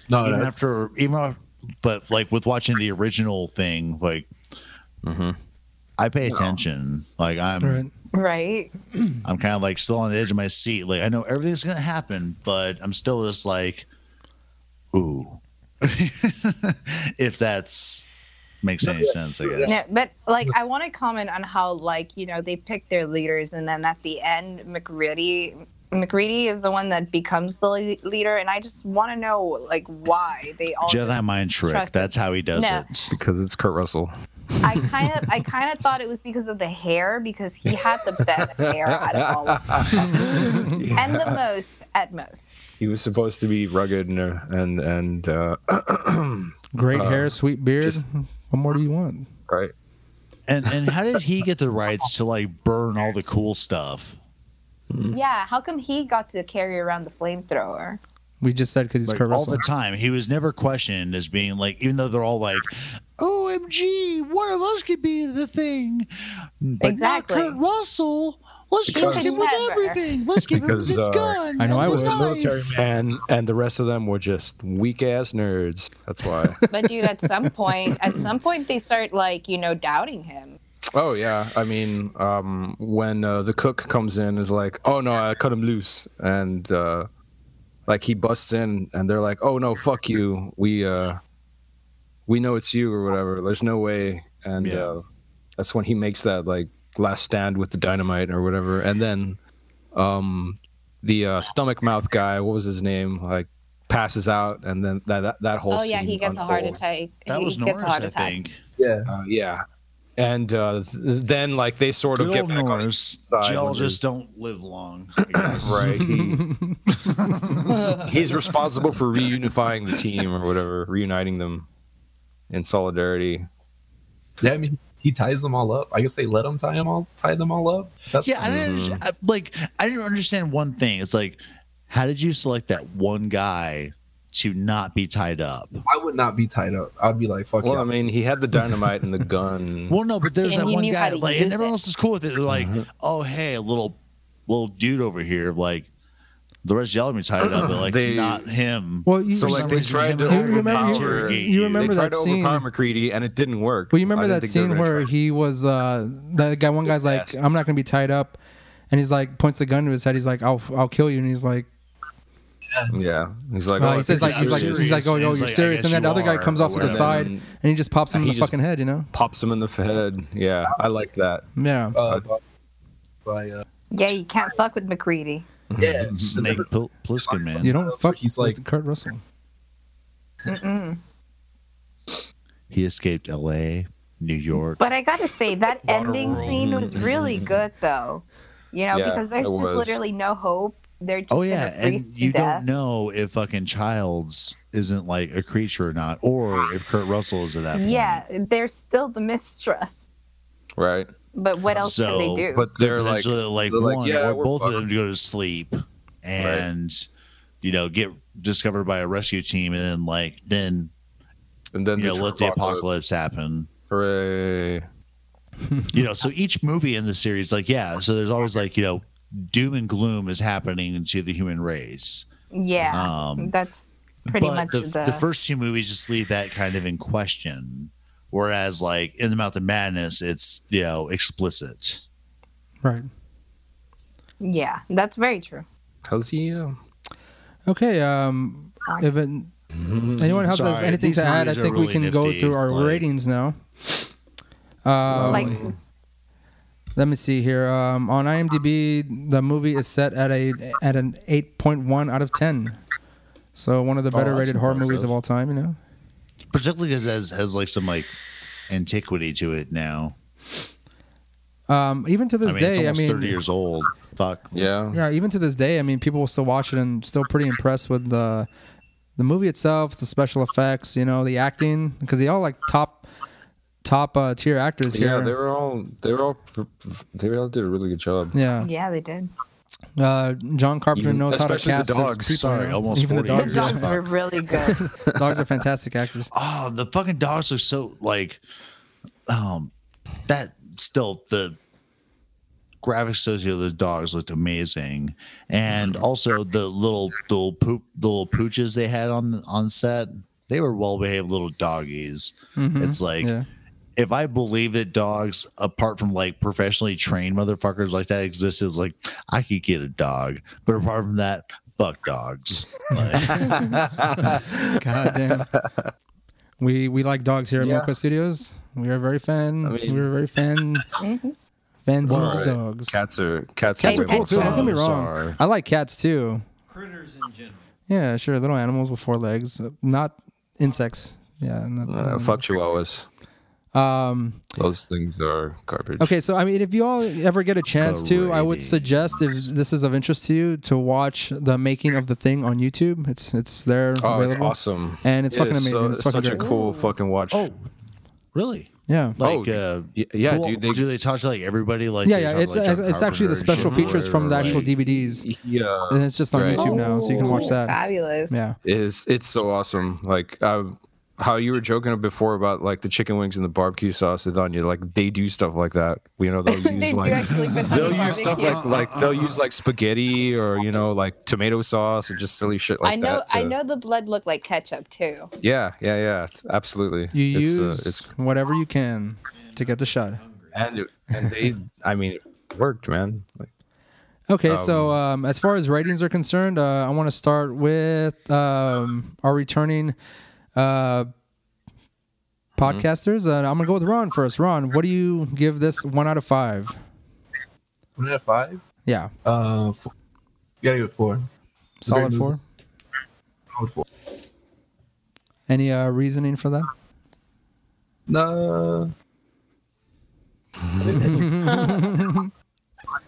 Speaker 9: no,
Speaker 7: even
Speaker 9: no,
Speaker 7: after even af- but like with watching the original thing, like
Speaker 1: Mm-hmm.
Speaker 7: I pay attention. Like I'm
Speaker 2: Right?
Speaker 8: Right.
Speaker 7: I'm kind of like still on the edge of my seat. Like I know everything's gonna happen, but I'm still just like, ooh, if that's makes any sense, I guess.
Speaker 8: No, but like I want to comment on how like you know they pick their leaders and then at the end McReady McReady is the one that becomes the le- leader and I just want to know like why they all
Speaker 7: Jedi mind trick.
Speaker 8: Trust-
Speaker 7: That's how he does
Speaker 8: No.
Speaker 7: it.
Speaker 1: because it's Kurt Russell.
Speaker 8: I kind of I kind of thought it was because of the hair because he had the best hair out of all of them and the most at most.
Speaker 1: He was supposed to be rugged and uh, and and uh,
Speaker 2: Great hair, sweet beard.
Speaker 1: just-
Speaker 2: what more do you want?
Speaker 1: right.
Speaker 7: And and how did he get the rights to like burn all the cool stuff? Mm.
Speaker 8: Yeah, how come he got to carry around the flamethrower?
Speaker 2: We just said because he's
Speaker 7: Like,
Speaker 2: Kurt
Speaker 7: all
Speaker 2: Russell.
Speaker 7: the time. He was never questioned as being like, even though they're all like, "OMG, one of us could be the thing," but
Speaker 8: Exactly. uh,
Speaker 7: not Kurt Russell. Let's
Speaker 1: Because-
Speaker 7: trust him with
Speaker 8: Never.
Speaker 7: everything. Let's give
Speaker 1: Because,
Speaker 7: him
Speaker 1: uh,
Speaker 7: his gun.
Speaker 2: I know
Speaker 7: and
Speaker 2: I
Speaker 7: the
Speaker 2: was the
Speaker 7: knife."
Speaker 9: military man.
Speaker 1: And and the rest of them were just weak ass nerds. That's why.
Speaker 8: But dude, at some point, at some point they start like you know doubting him.
Speaker 1: oh yeah, I mean, um, when uh, the cook comes in, is like, oh no, I cut him loose, and uh, like he busts in, and they're like, oh no, fuck you, we uh, we know it's you or whatever. There's no way, and
Speaker 7: Yeah.
Speaker 1: uh, that's when he makes that like last stand with the dynamite or whatever, and then um, the uh, stomach mouth guy, what was his name, like passes out, and then that that, that whole
Speaker 8: Oh yeah,
Speaker 1: scene
Speaker 8: he gets a heart
Speaker 1: unfolds.
Speaker 8: attack.
Speaker 7: That
Speaker 8: he
Speaker 7: was
Speaker 8: gets a
Speaker 7: Norris,
Speaker 8: heart
Speaker 7: I
Speaker 8: attack.
Speaker 7: think.
Speaker 9: Yeah.
Speaker 1: Uh, yeah. And uh, th- then, like, they sort of
Speaker 7: Good
Speaker 1: get
Speaker 7: old
Speaker 1: back on
Speaker 7: Norse.
Speaker 1: side when
Speaker 7: Gel
Speaker 1: there's-
Speaker 7: just don't live long. I guess.
Speaker 1: right? He, he's responsible for reunifying the team or whatever, reuniting them in solidarity.
Speaker 9: Yeah, I mean, he ties them all up. I guess they let him tie them all, tie them all up. That's,
Speaker 7: Yeah, I didn't under- I- like. I didn't understand one thing. It's like, how did you select that one guy to not be tied up?
Speaker 9: I would not be tied up. I'd be like, fuck
Speaker 1: Well,
Speaker 9: yeah.
Speaker 1: I mean, he had the dynamite and the gun.
Speaker 7: Well, no, but there's
Speaker 8: And
Speaker 7: that
Speaker 8: you
Speaker 7: one
Speaker 8: knew how
Speaker 7: guy,
Speaker 8: to
Speaker 7: like,
Speaker 8: use
Speaker 7: and everyone
Speaker 8: it.
Speaker 7: else is cool with it. They're like,
Speaker 1: Mm-hmm.
Speaker 7: oh hey, a little little dude over here, like. The rest yelled at me tied up, but like
Speaker 1: They-
Speaker 7: not him.
Speaker 2: Well, you-
Speaker 1: so
Speaker 7: For some
Speaker 1: like they
Speaker 7: reason, him
Speaker 1: tried to
Speaker 7: and
Speaker 2: You remember-
Speaker 1: overpower.
Speaker 2: you-
Speaker 7: Target
Speaker 2: you
Speaker 7: you.
Speaker 2: remember
Speaker 1: they
Speaker 2: that
Speaker 1: tried to
Speaker 2: scene-
Speaker 1: overpower McCready, and it didn't work.
Speaker 2: Well, you
Speaker 1: I
Speaker 2: remember
Speaker 1: didn't
Speaker 2: that
Speaker 1: think they were
Speaker 2: scene
Speaker 1: gonna
Speaker 2: where
Speaker 1: try.
Speaker 2: he was uh, that guy. One guy's like,
Speaker 1: Yes.
Speaker 2: "I'm not gonna be tied up," and he's like, points the gun to his head. He's like, "I'll, I'll kill you," and he's like,
Speaker 1: yeah, he's like,
Speaker 2: uh,
Speaker 1: oh, I
Speaker 2: he says like,
Speaker 1: think you
Speaker 2: he's like,
Speaker 1: should.
Speaker 2: he's like, "Oh,
Speaker 7: serious."
Speaker 2: yo,
Speaker 7: He's
Speaker 2: you're
Speaker 7: like, I
Speaker 2: serious,"
Speaker 7: guess
Speaker 2: and that
Speaker 7: you
Speaker 2: other guy
Speaker 7: are,
Speaker 2: comes
Speaker 7: or
Speaker 2: off to the
Speaker 7: whatever.
Speaker 2: side and he just pops him in
Speaker 1: He
Speaker 2: the
Speaker 1: just-
Speaker 2: fucking head. You know?
Speaker 1: pops him in the head. Yeah, I like that.
Speaker 2: Yeah.
Speaker 9: uh, by, by, uh,
Speaker 8: Yeah, you can't fuck with McCready.
Speaker 9: yeah,
Speaker 7: Snake Pl- Plissken, man.
Speaker 2: You don't fuck.
Speaker 9: he's
Speaker 2: Uh, He's
Speaker 9: like-
Speaker 2: like Kurt Russell.
Speaker 8: Mm-mm.
Speaker 7: He escaped L.A., New York.
Speaker 8: But I gotta say that ending
Speaker 6: Waterworld.
Speaker 8: scene was really good, though. You know,
Speaker 1: Yeah,
Speaker 8: because there's
Speaker 1: it
Speaker 8: just
Speaker 1: was.
Speaker 8: literally no hope. They're just
Speaker 7: Oh
Speaker 8: gonna
Speaker 7: yeah, and
Speaker 8: freeze to
Speaker 7: you
Speaker 8: death.
Speaker 7: don't know if fucking Childs isn't like a creature or not, or if Kurt Russell is at that point.
Speaker 8: Yeah, there's still the mistrust.
Speaker 1: Right,
Speaker 8: But what else can
Speaker 7: So,
Speaker 8: they do?
Speaker 1: but they're like,
Speaker 7: Potentially, like,
Speaker 1: they're like,
Speaker 7: one
Speaker 1: "Yeah,
Speaker 7: or
Speaker 1: we're
Speaker 7: both of them to go to sleep and you know get discovered by a rescue team, and then like then
Speaker 1: and then
Speaker 7: you know
Speaker 1: there's
Speaker 7: let the apocalypse happen.
Speaker 1: Hooray!
Speaker 7: You know, so each movie in the series, like yeah, so there's always like you know doom and gloom is happening to the human race.
Speaker 8: yeah,
Speaker 7: Um,
Speaker 8: that's pretty
Speaker 7: but
Speaker 8: much
Speaker 7: the,
Speaker 8: the,
Speaker 7: the first two movies just leave that kind of in question whereas like in the mouth of madness it's you know explicit
Speaker 2: Right.
Speaker 8: Yeah, that's very true.
Speaker 1: How's he? uh,
Speaker 2: Okay. Um. If it, anyone else has
Speaker 7: Mm-hmm. Sorry,
Speaker 2: anything
Speaker 7: these
Speaker 2: to add, I
Speaker 7: movies are
Speaker 2: think we
Speaker 7: really
Speaker 2: can go
Speaker 7: nifty,
Speaker 2: through our
Speaker 7: like-
Speaker 2: ratings now.
Speaker 1: Oh,
Speaker 2: Um,
Speaker 8: like
Speaker 2: Let me see here. Um, on IMDb, the movie is set at a at an eight point one out of ten. So one of the better
Speaker 7: Oh, that's
Speaker 2: rated horror movies
Speaker 7: impressive.
Speaker 2: of all time. You know.
Speaker 7: particularly because it has, has like some like antiquity to it now
Speaker 2: Um, even to this
Speaker 7: i mean it's
Speaker 2: day, I
Speaker 7: almost
Speaker 2: mean,
Speaker 7: 30 years old fuck
Speaker 1: Yeah,
Speaker 2: yeah, even to this day, I mean, people will still watch it and still pretty impressed with the the movie itself, the special effects, you know, the acting, because they all like top top uh, tier actors here.
Speaker 1: yeah. They were all they were all they all did a really good job.
Speaker 2: Yeah.
Speaker 8: yeah, they did.
Speaker 2: Uh, John Carpenter
Speaker 1: Even-
Speaker 2: knows how to
Speaker 1: especially the
Speaker 2: cast his
Speaker 1: dogs.
Speaker 2: people,
Speaker 7: Sorry,
Speaker 2: you know?
Speaker 7: almost
Speaker 2: even the
Speaker 1: Oh,
Speaker 7: 40
Speaker 2: dogs.
Speaker 7: years.
Speaker 8: Dogs
Speaker 7: fuck.
Speaker 8: were really good.
Speaker 2: dogs are fantastic actors.
Speaker 7: oh the fucking dogs are so like um that still the graphic socio of those dogs looked amazing and also the little the little poop the little pooches they had on on set they were well behaved little doggies it's like
Speaker 2: Mm-hmm. Yeah.
Speaker 7: if i believe that dogs apart from like professionally trained motherfuckers like that existed it's like i could get a dog but apart from that fuck dogs Like,
Speaker 2: God damn. We we like dogs here at
Speaker 1: Yeah.
Speaker 2: Mocha Studios. We are very fan.
Speaker 1: I mean-
Speaker 2: we are very fan. Fans of
Speaker 7: Well,
Speaker 2: dogs.
Speaker 1: Cats are cats.
Speaker 2: Cats
Speaker 1: way
Speaker 2: are cool
Speaker 1: more
Speaker 2: too. Don't get me
Speaker 7: dogs
Speaker 2: wrong.
Speaker 7: are-
Speaker 2: I like cats too.
Speaker 6: Critters in general.
Speaker 2: Yeah, sure. Little animals with four legs, not insects. Yeah. Not,
Speaker 1: Uh, fuck chihuahuas. Um, those things are garbage.
Speaker 2: Okay, so I mean, if you all ever get a chance to, I would
Speaker 7: Crazy.
Speaker 2: suggest if this is of interest to you to watch the making of the thing on YouTube. It's it's there
Speaker 1: Oh,
Speaker 2: available.
Speaker 1: it's awesome.
Speaker 2: And it's
Speaker 1: It
Speaker 2: fucking
Speaker 1: is so-
Speaker 2: amazing. It's
Speaker 1: it's
Speaker 2: fucking
Speaker 1: such a
Speaker 2: great.
Speaker 1: cool fucking watch.
Speaker 7: oh really
Speaker 2: Yeah.
Speaker 7: like
Speaker 1: Oh,
Speaker 7: uh
Speaker 1: y- yeah,
Speaker 7: well,
Speaker 1: dude, they-
Speaker 7: do they talk to like everybody like
Speaker 2: yeah,
Speaker 7: they
Speaker 2: yeah.
Speaker 7: talk to,
Speaker 2: It's
Speaker 7: like, John
Speaker 2: it's, it's actually the
Speaker 7: Carpenter
Speaker 2: special
Speaker 7: and shit,
Speaker 2: features from the
Speaker 7: or,
Speaker 2: actual
Speaker 7: like-
Speaker 2: DVDs,
Speaker 1: Yeah,
Speaker 2: and it's just on
Speaker 1: Right.
Speaker 2: YouTube now, so you can watch that.
Speaker 8: Fabulous.
Speaker 2: Yeah.
Speaker 1: is it's so awesome. Like I, how you were joking before about like the chicken wings and the barbecue sauce is on you. Like they do stuff like that. You know they'll
Speaker 8: they
Speaker 1: use
Speaker 8: do
Speaker 1: like
Speaker 8: actually put honey
Speaker 1: they'll use
Speaker 8: barbecue.
Speaker 1: stuff like like they'll use like spaghetti or you know like tomato sauce or just silly shit like
Speaker 8: I know.
Speaker 1: that. to-
Speaker 8: I know the blood looked like ketchup too.
Speaker 1: Yeah, yeah, yeah. it's- Absolutely.
Speaker 2: You
Speaker 1: It's, uh,
Speaker 2: use whatever you can to get the shot.
Speaker 1: and it- and they, I mean, it worked, man. Like,
Speaker 2: Okay, so um, as far as ratings are concerned, uh, I want to start with um, our returning uh,
Speaker 1: Mm-hmm.
Speaker 2: podcasters. Uh, I'm gonna go with Ron first. Ron, what do you give this one out of five?
Speaker 9: one out of five.
Speaker 2: Yeah,
Speaker 9: Uh, four. You gotta give it four.
Speaker 2: solid
Speaker 9: movie.
Speaker 2: four.
Speaker 9: Solid four.
Speaker 2: Any uh, reasoning for that?
Speaker 9: Nah.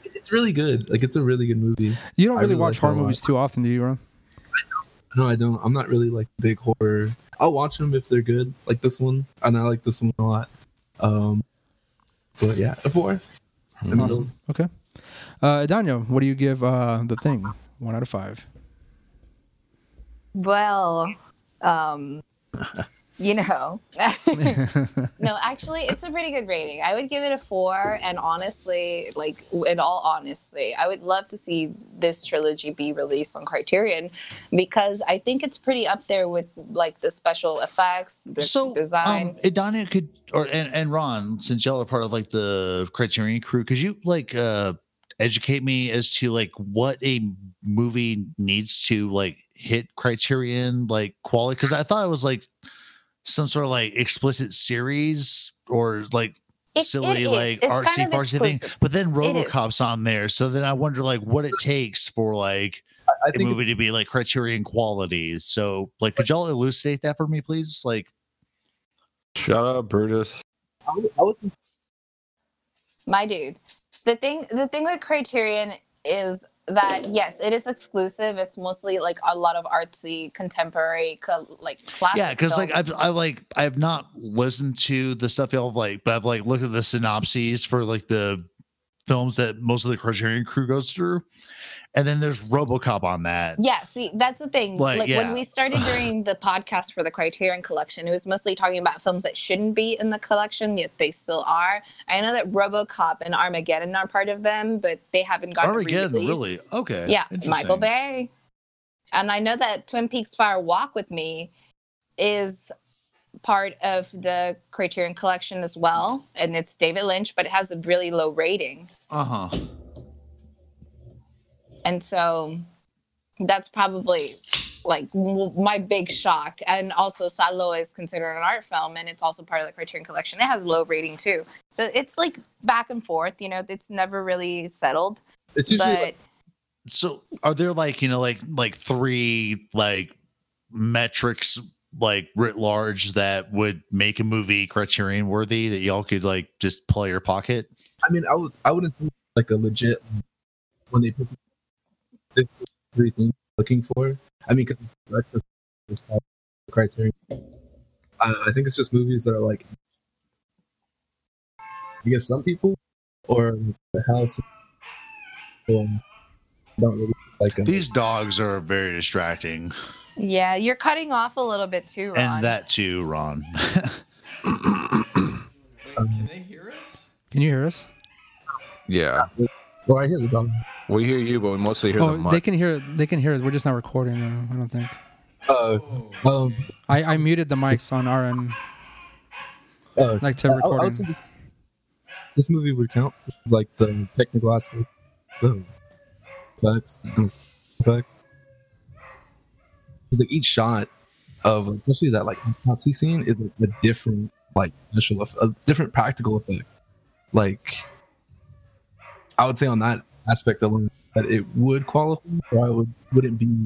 Speaker 9: it's really good. Like it's a really good movie.
Speaker 2: You don't
Speaker 9: I
Speaker 2: really
Speaker 9: really
Speaker 2: watch
Speaker 9: like
Speaker 2: horror
Speaker 9: that a lot.
Speaker 2: movies too often, do you, Ron?
Speaker 9: No, I don't. I'm not really like big horror. I'll watch them if they're good, like this one, and I like this one a lot. Um, but yeah, a four. I mean,
Speaker 2: Awesome.
Speaker 9: those-
Speaker 2: Okay. Uh, Daniel, what do you give uh, the thing? One out of five.
Speaker 8: Well, um, you know. no, actually, it's a pretty good rating. I would give it a four. And honestly, like, in all honesty, I would love to see this trilogy be released on Criterion because I think it's pretty up there with like the special effects, the
Speaker 7: so
Speaker 8: design.
Speaker 7: um Idania could or and, and Ron, since y'all are part of like the Criterion crew, could you like uh educate me as to like what a movie needs to like hit criterion like quality? Because I thought it was like some sort of like explicit series or like
Speaker 8: It- it
Speaker 7: silly
Speaker 8: is.
Speaker 7: like
Speaker 8: It's
Speaker 7: artsy
Speaker 8: kind of
Speaker 7: fartsy thing.
Speaker 8: explicit.
Speaker 7: But then
Speaker 8: It is.
Speaker 7: Robocop's on there. So then I wonder like what it takes for like
Speaker 9: I
Speaker 7: a
Speaker 9: think
Speaker 7: movie to be like criterion quality. So like could y'all elucidate that for me, please? Like
Speaker 1: Shut up, Brutus.
Speaker 9: I would, I would
Speaker 8: my dude the thing the thing with criterion is that yes it is exclusive it's mostly like a lot of artsy contemporary co- like classic
Speaker 7: yeah because like
Speaker 8: films.
Speaker 7: i've i like i've not listened to the stuff y'all have like but i've like looked at the synopses for like the films that most of the criterion crew goes through and then there's robocop on that
Speaker 8: yeah see that's the thing
Speaker 7: Like,
Speaker 8: like,
Speaker 7: yeah.
Speaker 8: when we started doing the podcast for the criterion collection it was mostly talking about films that shouldn't be in the collection yet they still are i know that robocop and armageddon are part of them but they haven't gotten
Speaker 7: armageddon
Speaker 8: re-released.
Speaker 7: really okay
Speaker 8: yeah michael
Speaker 7: interesting.
Speaker 8: bay and i know that twin peaks fire walk with me is part of the criterion collection as well and it's david lynch but it has a really low rating
Speaker 7: uh-huh
Speaker 8: and so that's probably like w- my big shock and also salo is considered an art film and it's also part of the criterion collection it has low rating too so it's like back and forth you know it's never really settled
Speaker 9: It's usually
Speaker 8: but
Speaker 9: like,
Speaker 7: so are there like you know like like three like metrics like writ large that would make a movie criterion worthy that y'all could like just pull out your pocket
Speaker 9: I mean, I would, I wouldn't think like a legit when they put the three things looking for. I mean, because that's the criterion. Uh, I think it's just movies that are like, I guess some people or the house um, don't really like them.
Speaker 7: these dogs are very distracting
Speaker 8: yeah you're cutting off a little bit too Ron.
Speaker 7: And that too, Ron.
Speaker 6: Can they hear us?
Speaker 2: Can you hear us?
Speaker 1: Yeah,
Speaker 9: Well, I hear the dog.
Speaker 1: we hear you, but we mostly hear the
Speaker 2: Oh,
Speaker 1: mic.
Speaker 2: they can hear. They can hear us. We're just not recording. though, I don't think.
Speaker 9: Uh, um,
Speaker 2: I, I muted the mics on our end,
Speaker 9: uh,
Speaker 2: like to
Speaker 9: I- I- I would
Speaker 2: recording.
Speaker 9: say this movie would count like the technical aspect, the effects, effect. Like each shot of especially that like autopsy scene is like, a different like special eff- a different practical effect. Like I would say on that aspect alone that it would qualify, or I would wouldn't be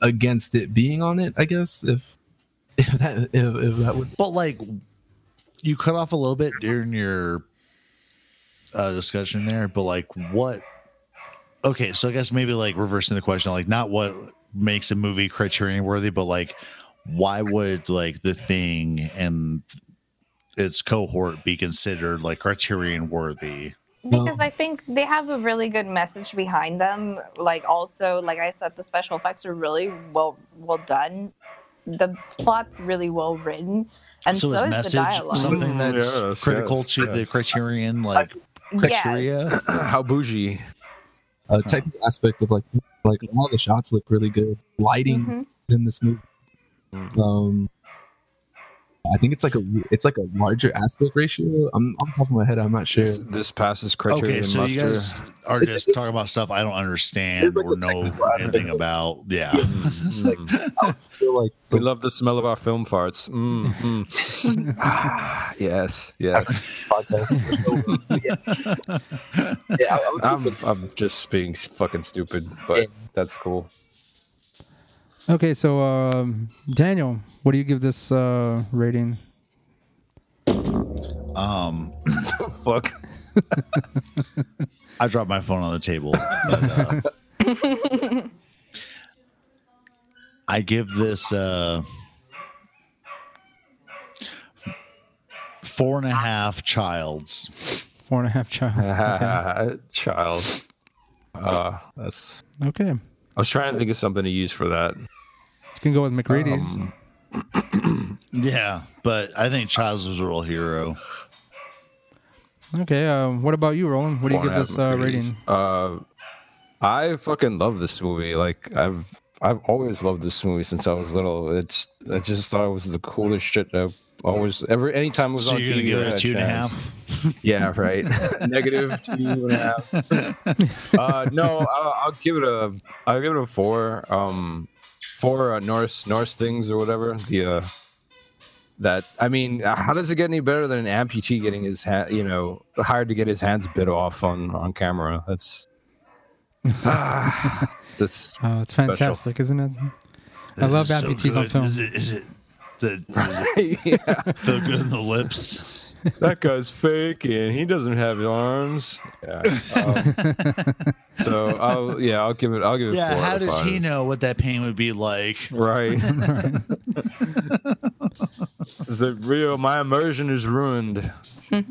Speaker 9: against it being on it. I guess if if that if, if that would
Speaker 7: but like, you cut off a little bit during your uh, discussion there. But like, what? Okay, so I guess maybe like reversing the question, like not what makes a movie criterion worthy, but like, why would like the thing and its cohort be considered like criterion worthy?
Speaker 8: because I think they have a really good message behind them. Like also, like I said, the special effects are really well well done. The plot's really well written, and so, is
Speaker 7: so, it's
Speaker 8: the
Speaker 7: message
Speaker 8: dialogue.
Speaker 7: something
Speaker 1: Mm,
Speaker 7: that's
Speaker 1: yes,
Speaker 7: critical
Speaker 1: yes,
Speaker 7: to the
Speaker 1: yes.
Speaker 7: criterion like
Speaker 8: Yes.
Speaker 7: criteria.
Speaker 1: How bougie.
Speaker 9: uh, technical aspect of like like all the shots look really good lighting
Speaker 8: Mhm.
Speaker 9: in this movie um i think it's like a it's like a larger aspect ratio i'm off the top of my head i'm not sure
Speaker 1: This, this passes criteria
Speaker 7: Okay, so
Speaker 1: muster.
Speaker 7: you guys are just talking about stuff I don't understand
Speaker 9: It's like
Speaker 7: or
Speaker 9: a
Speaker 7: know
Speaker 9: technical aspect.
Speaker 7: anything about. Yeah.
Speaker 1: Mm.
Speaker 9: i feel like
Speaker 1: we
Speaker 9: the
Speaker 1: love the smell of our film farts. Mm, mm. Ah, yes, yes.
Speaker 9: podcast yeah, I, I would-
Speaker 1: I'm, I'm just being fucking stupid, but that's cool.
Speaker 2: okay, so um, Daniel, what do you give this uh, rating?
Speaker 7: Um,
Speaker 1: Fuck.
Speaker 7: I dropped my phone on the table. But, uh, I give this uh, four and a half childs.
Speaker 2: Four and a half childs. Okay.
Speaker 1: Ah, Child. Uh, that's.
Speaker 2: okay. You
Speaker 1: I was trying to think of something to use for that.
Speaker 2: can go with McReady's.
Speaker 1: Um,
Speaker 7: Yeah, but I think Childs was a real hero.
Speaker 2: okay. Uh, what about you, Roland? What do you
Speaker 1: Four
Speaker 2: give
Speaker 1: and a half
Speaker 2: this uh, rating?
Speaker 1: movies. Uh, I fucking love this movie. Like I've I've always loved this movie since I was little. It's I just thought it was the coolest shit. I always every anytime it was
Speaker 7: So
Speaker 1: on
Speaker 7: you're gonna
Speaker 1: TV.
Speaker 7: give
Speaker 1: I
Speaker 7: it a
Speaker 1: had
Speaker 7: two and a
Speaker 1: chance.
Speaker 7: half?
Speaker 1: Yeah, right. Negative two and a half. Uh, no, I'll, I'll give it a. I'll give it a four. Um, four uh, Norse Norse things or whatever. The uh, that I mean, how does it get any better than an amputee getting his hand? You know, hired to get his hands bit off on on camera. That's Ah, that's
Speaker 2: Oh, it's fantastic, isn't it? I love
Speaker 7: This is so
Speaker 2: amputees on
Speaker 7: good.
Speaker 2: film.
Speaker 7: Is it? Is it the, does it
Speaker 1: yeah.
Speaker 7: feel good in the lips?
Speaker 1: That guy's fake and he doesn't have arms. Yeah. um, so I'll yeah I'll give it I'll give it.
Speaker 7: Yeah.
Speaker 1: four out
Speaker 7: How
Speaker 1: of
Speaker 7: does
Speaker 1: five.
Speaker 7: he know what that pain would be like?
Speaker 1: Right. this is a real. My immersion is ruined.
Speaker 2: All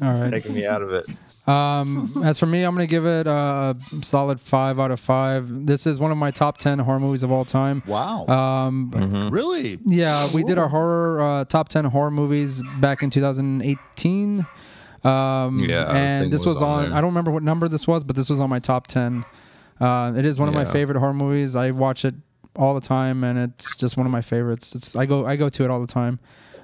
Speaker 2: right.
Speaker 1: Taking me out of it.
Speaker 2: Um, as for me, I'm gonna give it uh, a solid five out of five. This is one of my top ten horror movies of all time.
Speaker 7: Wow.
Speaker 2: Um,
Speaker 7: really?
Speaker 2: yeah, we did our horror uh, top ten horror movies back in 2018. Um,
Speaker 1: Yeah, I
Speaker 2: and
Speaker 1: think
Speaker 2: this
Speaker 1: it was
Speaker 2: was,
Speaker 1: on
Speaker 2: on.
Speaker 1: there.
Speaker 2: I don't remember what number this was, but this was on my top ten. Uh, it is one of my
Speaker 1: Yeah.
Speaker 2: favorite horror movies. I watch it all the time, and it's just one of my favorites. It's I go I go to it all the time.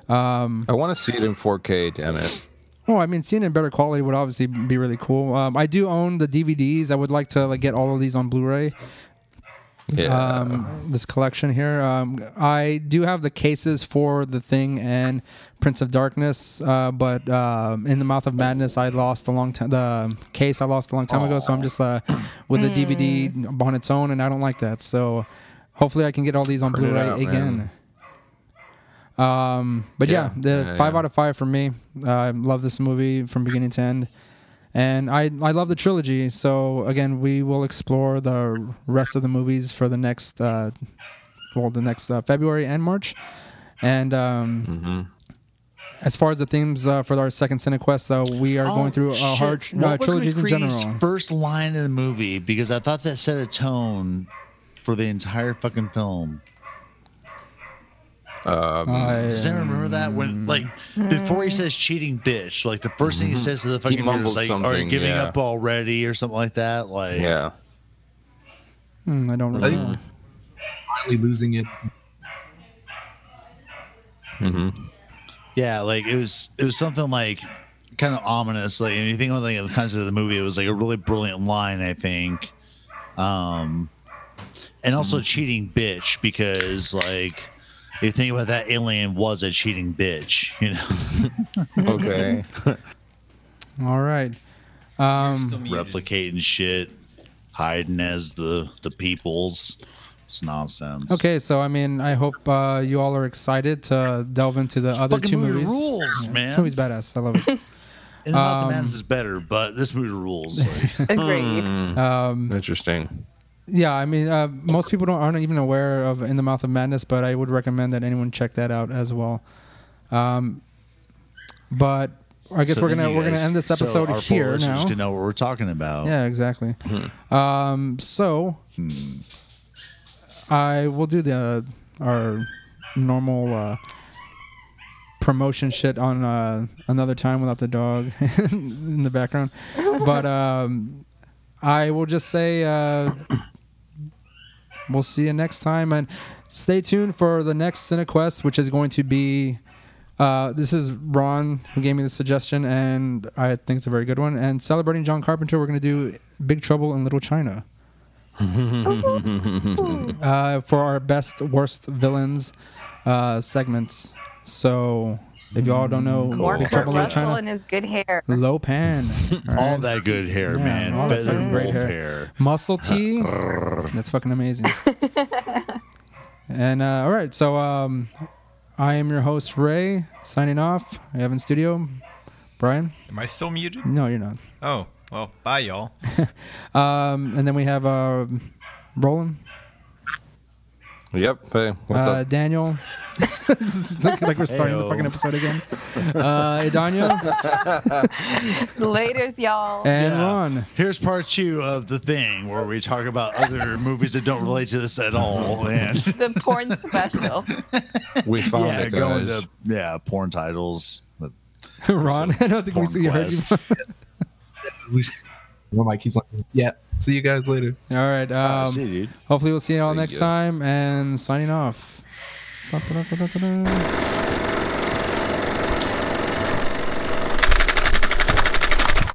Speaker 1: I want to see it in 4K. Damn it.
Speaker 2: Oh, I mean, seeing it in better quality would obviously be really cool. Um, I do own the DVDs. I would like to like get all of these on Blu-ray.
Speaker 1: Yeah.
Speaker 2: um, this collection here. Um, I do have the cases for The Thing and Prince of Darkness, uh, but um, In the Mouth of Madness, I lost a long time. The case I lost a long time ago, so I'm just uh, with the DVD on its own, and I don't like that. So hopefully, I can get all these on
Speaker 1: Print it
Speaker 2: Blu-ray
Speaker 1: out,
Speaker 2: again.
Speaker 1: man.
Speaker 2: Um, but yeah,
Speaker 1: Yeah,
Speaker 2: the
Speaker 1: yeah,
Speaker 2: five
Speaker 1: yeah.
Speaker 2: out of five for me. Uh, I love this movie from beginning to end. And I, I love the trilogy. So again, we will explore the rest of the movies for the next uh, well, the next uh, February and March. And um,
Speaker 7: Mm-hmm.
Speaker 2: as far as the themes uh, for our second CineQuest, though, we are going through uh,
Speaker 7: Oh, shit.
Speaker 2: hard tr- uh,
Speaker 7: What was
Speaker 2: trilogies in
Speaker 7: McCree's
Speaker 2: general.
Speaker 7: First line in the movie because I thought that set a tone for the entire fucking film.
Speaker 2: Uh,
Speaker 7: Does anyone remember that
Speaker 2: Mm.
Speaker 7: when like before he says cheating bitch, like the first thing he
Speaker 2: Mm-hmm.
Speaker 7: says to the fucking mirror
Speaker 1: mumbled
Speaker 7: is like, "Are you
Speaker 1: something,
Speaker 7: giving
Speaker 1: yeah.
Speaker 7: up already?" or something like that. Like,
Speaker 1: yeah.
Speaker 2: mm, I don't
Speaker 9: I
Speaker 2: remember.
Speaker 9: think finally losing it.
Speaker 7: yeah, like it was it was something like kind of ominous. Like, and you think of like, the concept of the movie, it was like a really brilliant line, I think. Um, and also
Speaker 6: Mm-hmm.
Speaker 7: cheating bitch because like you think about that alien was a cheating bitch, you know.
Speaker 1: Okay.
Speaker 2: All right.
Speaker 6: Still muted.
Speaker 7: replicating shit, hiding as the the peoples. It's nonsense.
Speaker 2: Okay, so I mean, I hope uh, you all are excited to delve into the other
Speaker 7: fucking
Speaker 2: two
Speaker 7: movie
Speaker 2: movies.
Speaker 7: rules,
Speaker 2: Yeah,
Speaker 7: man.
Speaker 2: This movie's Um, badass. I love it.
Speaker 7: And not the Madness is better, but this movie rules. Like,
Speaker 8: Agreed.
Speaker 1: Interesting.
Speaker 2: Yeah, I mean, uh, most people don't aren't even aware of In the Mouth of Madness, but I would recommend that anyone check that out as well. Um, but I guess
Speaker 7: so
Speaker 2: we're
Speaker 7: then
Speaker 2: gonna
Speaker 7: you
Speaker 2: we're gonna
Speaker 7: guys-
Speaker 2: end this
Speaker 7: so
Speaker 2: episode
Speaker 7: our four
Speaker 2: here
Speaker 7: listeners
Speaker 2: now.
Speaker 7: Can know what we're talking about.
Speaker 2: Yeah, exactly. Um, so I will do the uh, our normal uh, promotion shit on uh, another time without the dog in the background, but um, I will just say uh, we'll see you next time and stay tuned for the next CineQuest, which is going to be. Uh, this is Ron who gave me the suggestion, and I think it's a very good one. And celebrating John Carpenter, we're going to do Big Trouble in Little China uh, for our best worst villains uh, segments. So if y'all don't know
Speaker 8: Mark
Speaker 2: Big Trouble in Little
Speaker 8: Russell
Speaker 2: China,
Speaker 8: and his good hair.
Speaker 2: Lopan, all
Speaker 7: All
Speaker 2: right?
Speaker 7: that good hair,
Speaker 2: Yeah, all
Speaker 7: man.
Speaker 2: that
Speaker 7: Better than
Speaker 2: fucking great
Speaker 7: wolf
Speaker 2: hair.
Speaker 7: hair.
Speaker 2: muscle T, that's fucking amazing. and uh, all right, so um, I am your host Ray, signing off. I have in studio Brian?
Speaker 6: Am I still muted?
Speaker 2: No, you're not.
Speaker 6: Oh, well, bye, y'all.
Speaker 2: Um, and then we have uh, Roland,
Speaker 1: Yep. Hey, what's
Speaker 2: uh,
Speaker 1: up?
Speaker 2: Daniel. This is like like we're starting the
Speaker 7: Heyo.
Speaker 2: fucking episode again. Uh, Idania
Speaker 8: Later's y'all.
Speaker 2: and
Speaker 7: Yeah.
Speaker 2: Ron.
Speaker 7: Here's part two of the thing where we talk about other movies that don't relate to this at all. And
Speaker 8: The porn special.
Speaker 1: We found
Speaker 7: yeah,
Speaker 1: it,
Speaker 7: going
Speaker 1: guys.
Speaker 7: to yeah, porn titles. But
Speaker 2: Ron, I don't think
Speaker 7: porn
Speaker 2: we heard you.
Speaker 7: quest.
Speaker 9: We, one mic keeps like, yeah. See you guys later.
Speaker 2: All right.
Speaker 7: I
Speaker 2: Um,
Speaker 7: Ah, see, dude.
Speaker 2: hopefully, we'll see you all
Speaker 1: Thank
Speaker 2: next
Speaker 1: you.
Speaker 2: time. And signing off. Ba-ba-da-da-da-da.